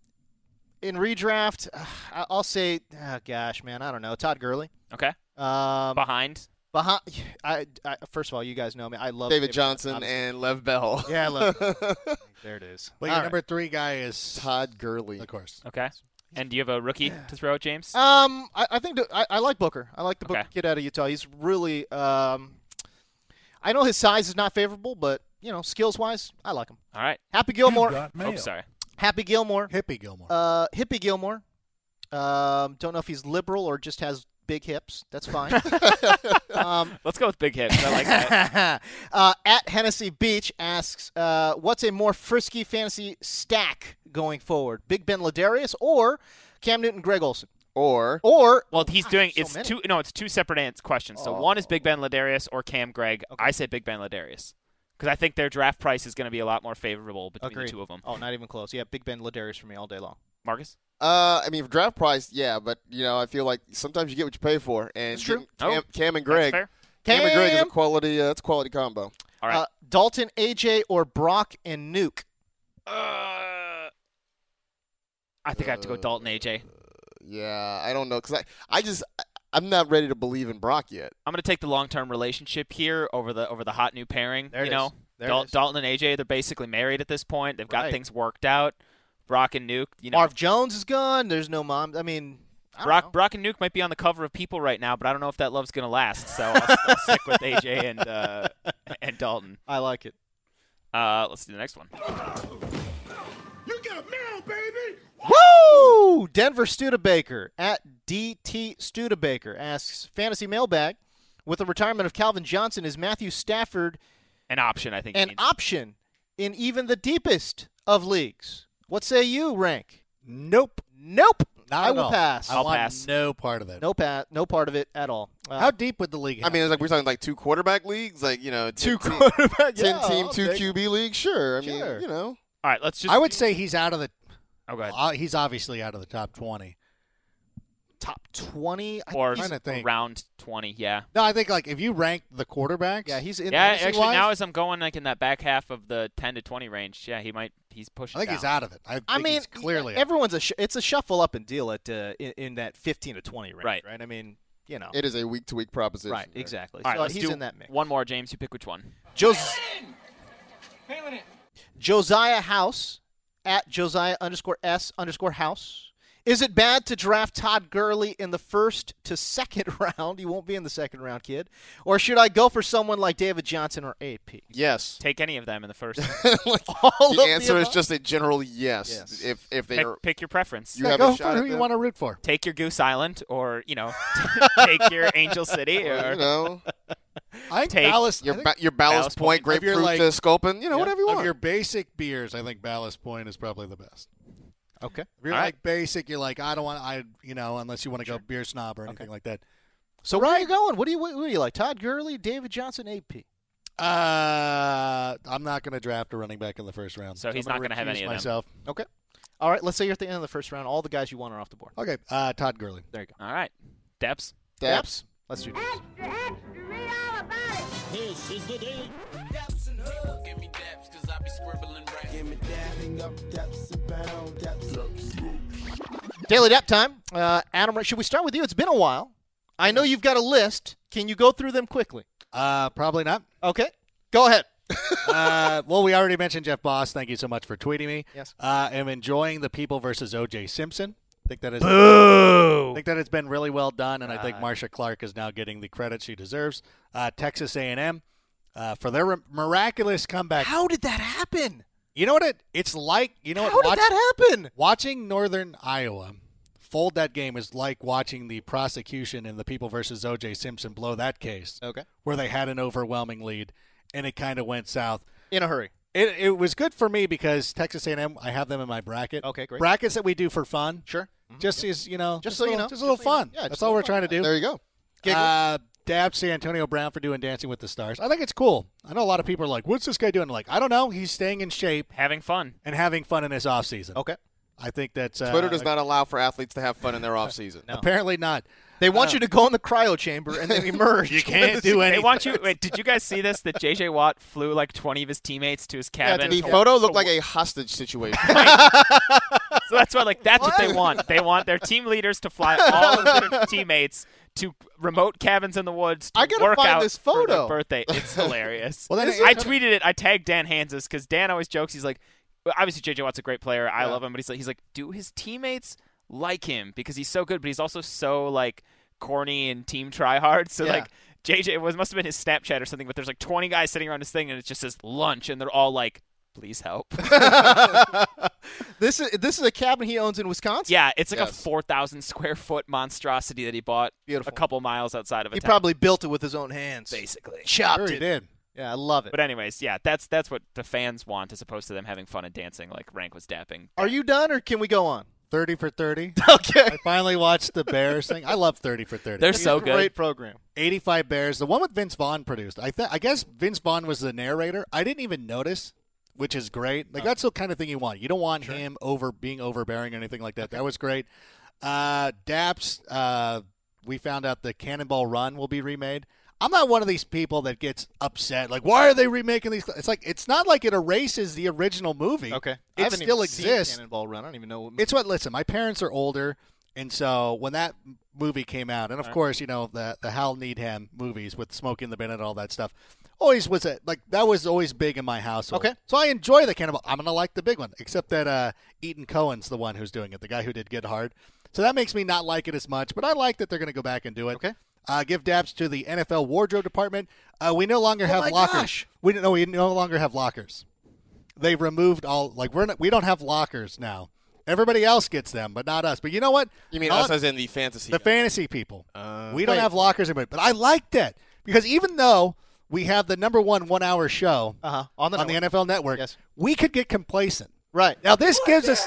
in redraft, uh, I- I'll say, oh, gosh, man, I don't know. Todd Gurley. Okay. Um, Behind. behind, I, I, first of all, you guys know me. I love David Johnson obviously. and Lev Bell. yeah, I love. there it is. All But your right. number three guy is Todd Gurley. of course. Okay. And do you have a rookie to throw at James? Um, I, I think the- I, I like Booker. I like the Okay. Booker kid out of Utah. He's really. Um, I know his size is not favorable, but you know, skills wise, I like him. All right. Happy Gilmore. got Oh, sorry. Happy Gilmore. Hippie Gilmore. Uh, hippie Gilmore. Um, don't know if he's liberal or just has big hips. That's fine. um, Let's go with big hips. I like that. uh, at Hennessy Beach asks, uh, what's a more frisky fantasy stack going forward? Big Ben Ladarius or Cam Newton, Greg Olson, Or or Well, he's doing so it's many. Oh. two. No, it's two separate ans- questions. So one is Big Ben Ladarius or Cam Gregg. I say Big Ben Ladarius because I think their draft price is going to be a lot more favorable between Agreed. the two of them. Oh, not even close. Yeah, Big Ben Ladarius for me all day long. Marcus. uh, I mean, for draft price, yeah, but you know, I feel like sometimes you get what you pay for. And It's true. getting Cam, Oh, Cam and That's Greg. fair. Cam and Greg is a Cam! quality. Uh, that's a quality combo. All right. Uh, Dalton, AJ, or Brock and Nuke. Uh, I think I have to go Dalton AJ. Uh, Yeah, I don't know because I, I just, I, I'm not ready to believe in Brock yet. I'm going to take the long-term relationship here over the over the hot new pairing. There it you is. know, There it Dal- is. Dalton and AJ, they're basically married at this point. They've got Right. things worked out. Brock and Nuke, you know, Marv Jones is gone. There's no mom. I mean, I don't Brock, know. Brock and Nuke might be on the cover of People right now, but I don't know if that love's gonna last. So I'll, I'll stick with AJ and uh, and Dalton. I like it. Uh, let's do the next one. You get a mail, baby! Woo! Denver Studebaker at DT Studebaker asks fantasy mailbag. With the retirement of Calvin Johnson, is Matthew Stafford An option, I think. it an means. option in even the deepest of leagues? What say you, Rank? nope. Nope. Not I at will all. pass. I I'll want pass. no part of that. No pa- no part of it at all. Uh, How deep would the league? I mean, it's like we're talking like two quarterback leagues, like you know, two ten team- quarterback, ten yeah, team, I'll two take- QB league. Sure, I Sure. mean, you know, All right, let's just. I would say he's out of the. Oh, go ahead. Uh, he's obviously out of the top twenty. top twenty. I think Or he's- trying to think. round twenty, yeah. No, I think like if you rank the quarterbacks, yeah, he's in. yeah, fantasy actually, wise, now as I'm going like in that back half of the ten to twenty range, yeah, he might. He's I pushing. think he's down. out of it. I, I think mean, he's clearly. out. everyone's a sh- it's a shuffle up and deal at uh, in, in that fifteen to twenty range, Right. I mean, you know, it is a week to week proposition. Oh. right, exactly. All right, so let's he's do in that mix. One more, James. You pick which one. Jos- Josiah House at Josiah underscore S underscore House. Is it bad to draft Todd Gurley in the first to second round? He won't be in the second round, kid. Or should I go for someone like David Johnson or AP? Yes. Take any of them in the first. Like, All the of answer is above? just a general yes. Yes. If if they pick, are, pick your preference. you Yeah, have go a for shot who at you them, want to root for. Take your Goose Island, or you know, take your Angel City, you or know, I think Take Ballast. your I think ba- your ballast Ballast point. point, If you're grapefruit like- to sculpin, you know, yeah, whatever you Of want. your basic beers, I think Ballast Point is probably the best. Okay. If you're All like right. basic, you're like I don't want I you know unless you want to go beer snob or anything like that. So where are you going? What do you what do you like? Todd Gurley, David Johnson, AP. Uh, I'm not going to draft a running back in the first round. So he's I'm not going gonna to have any of them. myself. Okay. All right. Let's say you're at the end of the first round. All the guys you want are off the board. Okay, uh, Todd Gurley. There you go. all right, Depps. Daps. Let's do this. This is the day. him and dabbing up depths and bound depths. Daily Dap Time. Uh, Adam, should we start with you? It's been a while. I know you've got a list. Can you go through them quickly? Uh, probably not. Okay. Go ahead. uh, well, we already mentioned Jeff Boss. Thank you so much for tweeting me. Yes. Uh, I'm enjoying the People versus O.J. Simpson. I think that is. Boo! I think that it's been really well done, and I think Uh. Marsha Clark is now getting the credit she deserves. Uh, Texas A&M uh, for their miraculous comeback. How did that happen? You know what it? It's like you know. How what, did that happen? Watching Northern Iowa fold that game is like watching the prosecution in the People versus O.J. Simpson blow that case. Okay. where they had an overwhelming lead, and it kind of went south. In a hurry. It, it was good for me because Texas A&M. I have them in my bracket. Okay, great. Brackets that we do for fun. Mm-hmm. Sure. Just as you know, Just so you a little- know. just a little Just so you know. fun. Yeah, just that's a all little we're trying to do. There you go. Giggle. Uh, dab San Antonio Brown for doing Dancing with the Stars. I think it's cool. I know a lot of people are like, "What's this guy doing?" Like, I don't know. He's staying in shape Having fun. and having fun in his off season. Okay. I think that's uh, Twitter does not allow for athletes to have fun in their off season. No. Apparently not. They want you to go in the cryo chamber and then emerge. You can't do They anything. want you. Wait, did you guys see this? That J.J. Watt flew like 20 of his teammates to his cabin. the to- photo looked like a hostage situation. So that's why, like, that's what they want. They want their team leaders to fly all of their teammates to remote cabins in the woods to I gotta work find out this for their photo. birthday. It's hilarious. Well, then it- I tweeted it. I tagged Dan Hansis because Dan always jokes. He's like, well, obviously JJ Watt's a great player. I love him, but he's like, he's like, do his teammates like him because he's so good, but he's also so like corny and team tryhard. So Yeah. like. JJ, it was, must have been his Snapchat or something, but there's like 20 guys sitting around his thing, and it just says lunch, and they're all like, "Please help." this is this is a cabin he owns in Wisconsin. Yeah, it's like a Yes. 4,000 square foot monstrosity that he bought Beautiful. a couple miles outside of a He town, probably built it with his own hands. basically. Chopped Sure it. he did. Yeah, I love it. But anyways, yeah, that's that's what the fans want as opposed to them having fun and dancing like Rank was dapping. Are you done or can we go on? Thirty for thirty. Okay. I finally watched the Bears thing. I love thirty for thirty. They're so good. Great program. 85 Bears, the one with Vince Vaughn produced. I th- I guess Vince Vaughn was the narrator. I didn't even notice, which is great. Like that's the kind of thing you want. You don't want him over being overbearing or anything like that. That was great. Uh, Daps, uh, we found out the Cannonball Run will be remade. I'm not one of these people that gets upset. Like, why are they remaking these? It's like it's not like it erases the original movie. Okay. I it haven't still even seen exists. Cannonball Run. I don't even know. What It's what listen, my parents are older, and so when that m- movie came out, and of course, you know, the the Hal Needham movies with Smoking the Bandit and all that stuff, always was a like that was always big in my household. Okay. So I enjoy the cannibal I'm gonna like the big one, except that uh Eaton Cohen's the one who's doing it, the guy who did Get Hard. So that makes me not like it as much, but I like that they're gonna go back and do it. Okay. Uh, give dabs to the NFL wardrobe department. Uh, we no longer have Oh my lockers. gosh. We no, we no longer have lockers they removed all like we're not, we don't have lockers now. Everybody else gets them, but not us. But you know what? you mean Not us as Uh, in the fantasy? the fantasy people. we don't wait. have lockers anymore. But I like that because even though we have the number one one hour show Uh-huh. On the on network. the NFL Network, Yes. we could get complacent. right. Now this gives us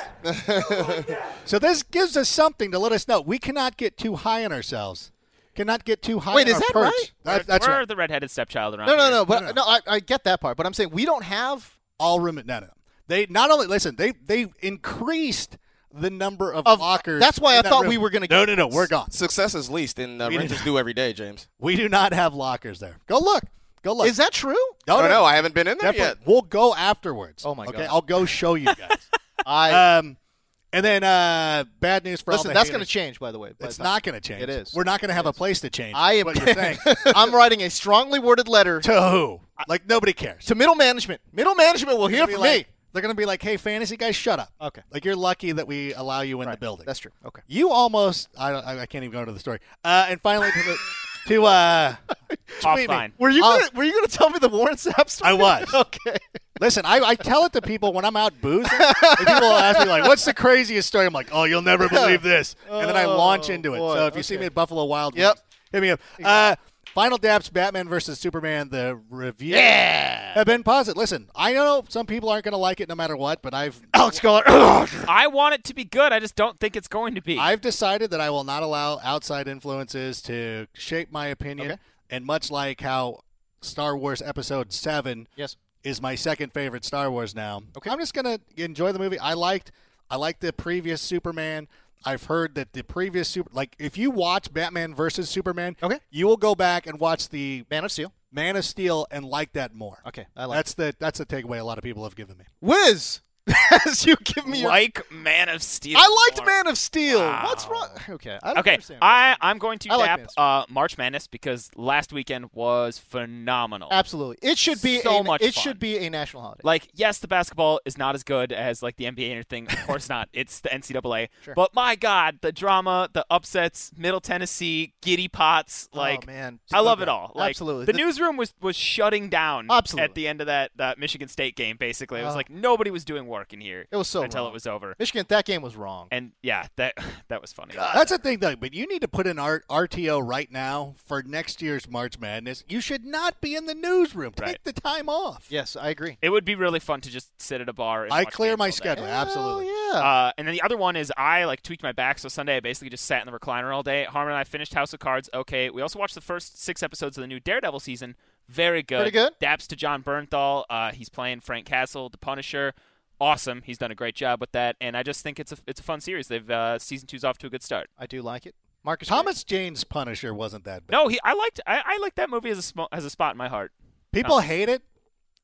so this gives us something to let us know we cannot get too high on ourselves. Cannot get too high. Wait, on is our that perch. right? That- that's We're right. the redheaded stepchild around No, no, here. no. But no, I, I get that part. But I'm saying we don't have all room. No, no. They not only listen. They they increased the number of, of lockers. That's why in I that thought room. we were going to. No, no, no. We're gone. Success is least, and uh, We rent did- is due every day, James. We do not have lockers there. Go look. Go look. Is that true? No, I Oh, no, don't know. I haven't been in there Definitely. yet. We'll go afterwards. Oh, my okay? God. I'll go show you guys. I um, and then uh, bad news for all Uh, listen. the That's going to haters. change, by the way. by It's the time- not going to change. It is. We're not going to have a place to change. I am. What you're saying. I'm writing a strongly worded letter to who? Like nobody cares. to middle management. Middle management will They're hear gonna be from like- me. They're going to be like, "Hey, fantasy guys, shut up." Okay. Like you're lucky that we allow you in the Right. building. That's true. Okay. You almost. I don't, I I can't even go into the story. Uh, and finally to the, to uh, tweet me. Offline. Were you I'll- gonna, were you going to tell me the Warren Sapp story? I was. okay. Listen, I, I tell it to people when I'm out boozing. and people will ask me like, "What's the craziest story?" I'm like, "Oh, you'll never believe this," and then I launch Oh, into it. boy. So if you see Okay. me at Buffalo Wild Wings, Yep. hit me up. Uh, Final Daps, Batman versus Superman, the review. Yeah, have been positive. Listen, I know some people aren't going to like it no matter what, but I've Alex Scholar. I want it to be good. I just don't think it's going to be. I've decided that I will not allow outside influences to shape my opinion. Okay. And much like how Star Wars Episode Seven yes. is my second favorite Star Wars now. Okay. I'm just gonna enjoy the movie. I liked I liked the previous Superman. I've heard that the previous super like if you watch Batman versus Superman, Okay. you will go back and watch the Man of Steel. Man of Steel and like that more. Okay, I like that's the that's the takeaway a lot of people have given me. Wiz, as you give me your. like Man of Steel. I liked more. Man of Steel. Wow. What's wrong? Okay, I don't okay, understand. I I'm going to I like tap Man of uh, March Madness because last weekend was phenomenal. Absolutely, it should be So a, much It fun. should be a national holiday. Like, yes, the basketball is not as good as like the NBA and everything. Of course not. It's the NCAA. Sure. But my God, the drama, the upsets, Middle Tennessee, giddy pots. Like, oh man, I love Okay. it all. Like, Absolutely, The, The- newsroom was was shutting down Absolutely. at the end of that that Michigan State game. Basically, it was Oh. like nobody was doing work in here It was so until wrong. it was over. Michigan. That game was wrong. And yeah, that that was funny. That's the thing, though. But you need to put an R- RTO right now for next year's March Madness. You should not be in the newsroom. Take Right. the time off. Yes, I agree. It would be really fun to just sit at a bar. And I watch clear games my all day. schedule. Absolutely. Hell yeah. Uh, and then the other one is I like tweaked my back, so Sunday I basically just sat in the recliner all day. Harmon and I finished House of Cards. Okay, we also watched the first six episodes of the new Daredevil season. Very good. Pretty good. Daps to John Bernthal. Uh, he's playing Frank Castle, the Punisher. Awesome. He's done a great job with that, and I just think it's a it's a fun series. They've uh, season two's off to a good start. I do like it. Marcus Thomas Jane's Punisher wasn't that bad. No, he I liked I, I liked that movie as a sm- as a spot in my heart. People hate it,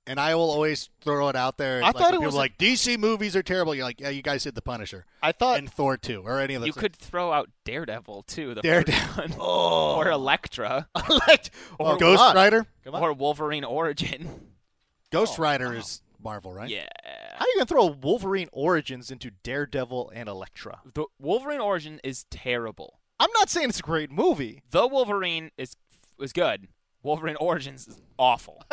and I will always throw it out there. I like, thought when it people was are a- like DC movies are terrible. You're like, yeah, you guys hit the Punisher I thought and Thor two or any of those. You things. could throw out Daredevil too, the Daredevil. first one, Oh. or Elektra, elect Or Oh, Ghost Rider. Come on. or Wolverine Origin. Ghost Oh, Rider is Marvel, right? Yeah. How are you gonna throw Wolverine Origins into Daredevil and Elektra? The Wolverine Origin is terrible. I'm not saying it's a great movie. The Wolverine is is good. Wolverine Origins is awful.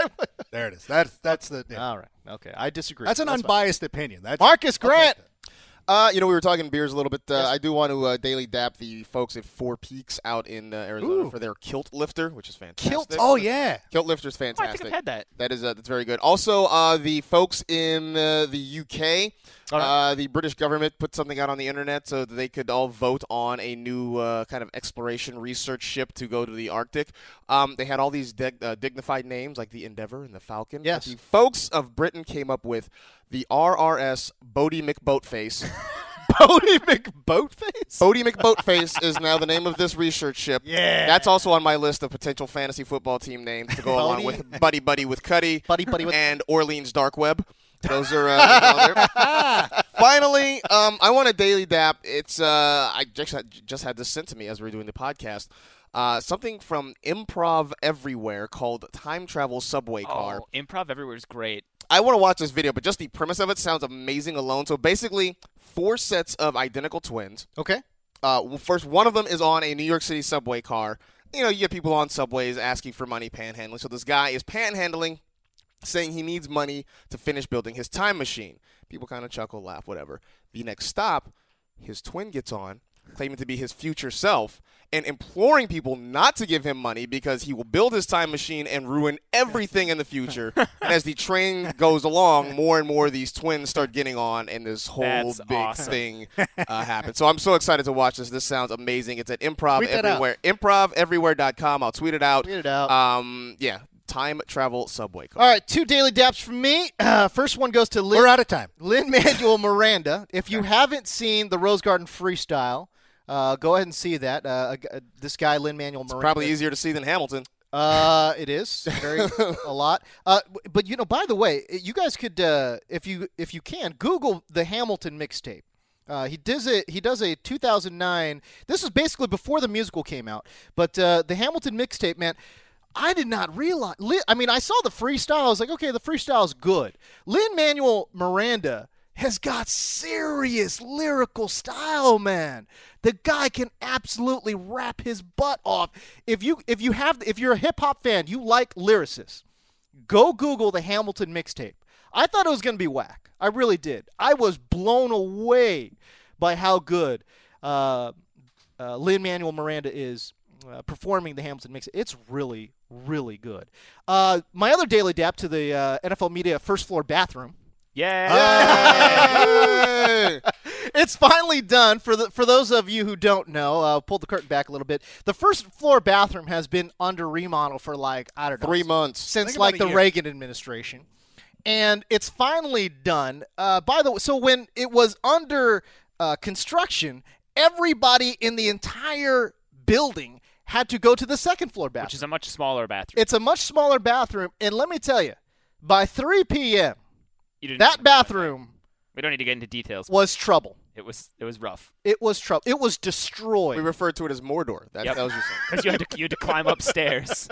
There it is. That's that's the. yeah. All right, okay, I disagree. That's an Ah, fine. unbiased opinion. That's Marcus Grant. Uh, you know, we were talking beers a little bit. Uh, I do want to uh, daily dap the folks at Four Peaks out in uh, Arizona Ooh. for their kilt lifter, which is fantastic. Kilt? Oh yeah. Kilt lifter's Oh, I think fantastic. I've had that. That is uh, that's very good. Also, uh, the folks in uh, the UK, uh, the British government put something out on the internet so that they could all vote on a new uh, kind of exploration research ship to go to the Arctic. Um, they had all these dig- uh, dignified names like the Endeavour and the Falcon. But Yes. the folks of Britain came up with the RRS Bodie McBoatface. Bodie McBoatface. Bodie McBoatface is now the name of this research ship. Yeah. That's also on my list of potential fantasy football team names to go along Bodie. with Buddy Buddy with Cuddy. Buddy Buddy with- and Orleans Dark Web. Those are uh, those are all there. finally. Um, I want a daily dap. It's uh, I just just had this sent to me as we were doing the podcast. Uh, something from Improv Everywhere called Time Travel Subway Car. Oh, improv everywhere is great. I want to watch this video, but just the premise of it sounds amazing alone. So basically, four sets of identical twins. Okay. Uh, well, first, one of them is on a New York City subway car. You know, you get people on subways asking for money, panhandling. So this guy is panhandling, saying he needs money to finish building his time machine. People kind of chuckle, laugh, whatever. The next stop, his twin gets on, claiming to be his future self, and imploring people not to give him money because he will build his time machine and ruin everything in the future. and as the train goes along, more and more of these twins start getting on, and this whole That's big awesome. thing uh, happens. So I'm so excited to watch this. This sounds amazing. It's at Improv Tweet that out. Everywhere. ImprovEverywhere.com. I'll tweet it out. Tweet it out. Oh, Um, yeah, time travel subway car. Uh, All right, two daily daps from me. Uh, first one goes to Lynn. We're out of time. Lynn Manuel Miranda. If you haven't seen the Rose Garden Freestyle, uh, go ahead and see that. Uh, a g- uh, this guy, Lynn Manuel Miranda. Probably easier to see than Hamilton. Uh, it is very a lot. Uh, w- but you know, by the way, you guys could uh, if you if you can Google the Hamilton mixtape. Uh, he does it. He does a 2009. This was basically before the musical came out. But uh, the Hamilton mixtape, man, I did not realize. Li- I mean, I saw the freestyle. I was like, okay, the freestyle's good. Lin Manuel Miranda has got serious lyrical style, man. The guy can absolutely rap his butt off. If you if you have if you're a hip hop fan, you like lyricists. Go Google the Hamilton mixtape. I thought it was going to be whack. I really did. I was blown away by how good uh, uh, Lin Manuel Miranda is uh, performing the Hamilton mix. It's really, really good. Uh, my other daily dap to the uh, NFL media first floor bathroom. Hey! it's finally done for the for those of you who don't know. Uh, pull the curtain back a little bit. The first floor bathroom has been under remodel for like I don't know Three months. since Think like about the a year. Reagan administration, and it's finally done. Uh, by the way, so when it was under uh, construction, everybody in the entire building had to go to the second floor Uh, bathroom. which is a much smaller bathroom. it's a much smaller bathroom, and let me tell you, by 3 p.m., You didn't- that bathroom we don't need to get into details. was trouble. It was it was rough. It was trouble. It was destroyed. We referred to it as Mordor. That Yep. tells you something. Because you had to you had to climb upstairs.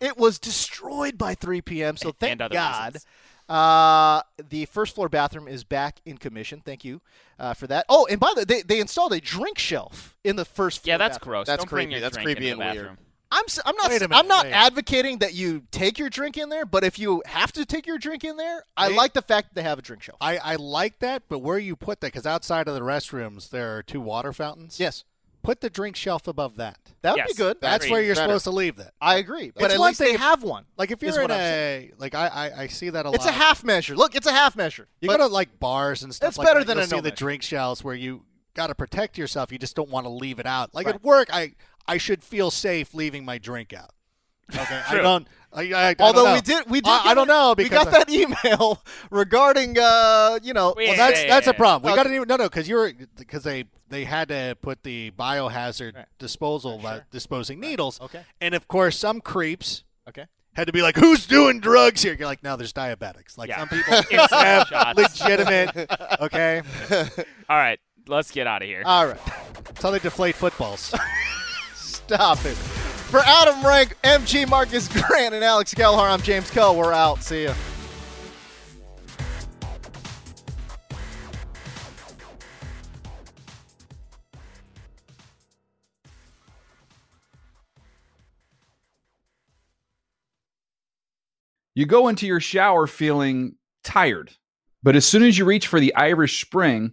It was destroyed by 3 p.m. So thank and other God. reasons. Uh, the first floor bathroom is back in commission. Thank you uh, for that. Oh, and by the way, they, they installed a drink shelf in the first floor. Yeah, that's bathroom. gross. That's don't bring creepy. your That's drink creepy into the and bathroom. weird. I'm, s- I'm not Wait a s- minute, I'm not wait. advocating that you take your drink in there, but if you have to take your drink in there, I Wait. like the fact that they have a drink shelf. I, I like that, but where you put that, because outside of the restrooms, there are two water fountains. Yes, Put the drink shelf above that. that would Yes. be good. That- That's Agreed. where you're Better. supposed to leave that. I agree, but It's at one least they thing if- have one. Like if Is you're what in I'm saying. a like I, I I see that a it's lot. a half measure. Look, it's a half measure. You But- go to like bars and stuff. That's like better that. than You'll a see no the measure. drink shelves where you got to protect yourself. You just don't want to leave it out. Like Right. at work, I I should feel safe leaving my drink out. Okay, I True. don't. I, I, I don't Although know. we did, we did. I, I get don't a- know we because got that email regarding, uh, you know, Well, Well, that's that's a problem. We Okay. got to even no no because you're because they they had to put the biohazard disposal by disposing needles. Okay. and of course some creeps Okay. had to be like, who's doing drugs here? You're like, no, there's diabetics. Like Yeah. some people It's have shots. legitimate. Okay, All right, let's get out of here. All right, that's how they deflate footballs. stop it. For Adam Rank, MG Marcus Grant, and Alex Gellhar, I'm James Cole. We're out. See ya. You go into your shower feeling tired, but as soon as you reach for the Irish Spring,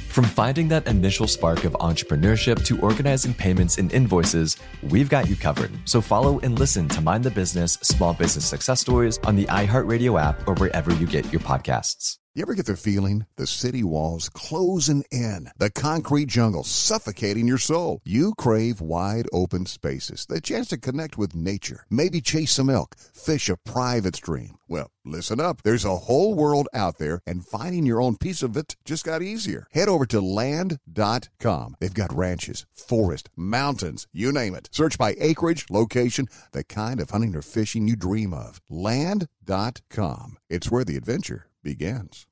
From finding that initial spark of entrepreneurship to organizing payments and invoices, we've got you covered. So follow and listen to Mind the Business Small Business Success Stories on the iHeartRadio app or wherever you get your podcasts. You ever get the feeling the city walls closing in, the concrete jungle suffocating your soul? You crave wide open spaces, the chance to connect with nature, maybe chase some elk, fish a private stream. Well, listen up. There's a whole world out there, and finding your own piece of it just got easier. Head over to land.com. They've got ranches, forest, mountains, you name it. Search by acreage, location, the kind of hunting or fishing you dream of. Land.com. It's where the adventure begins.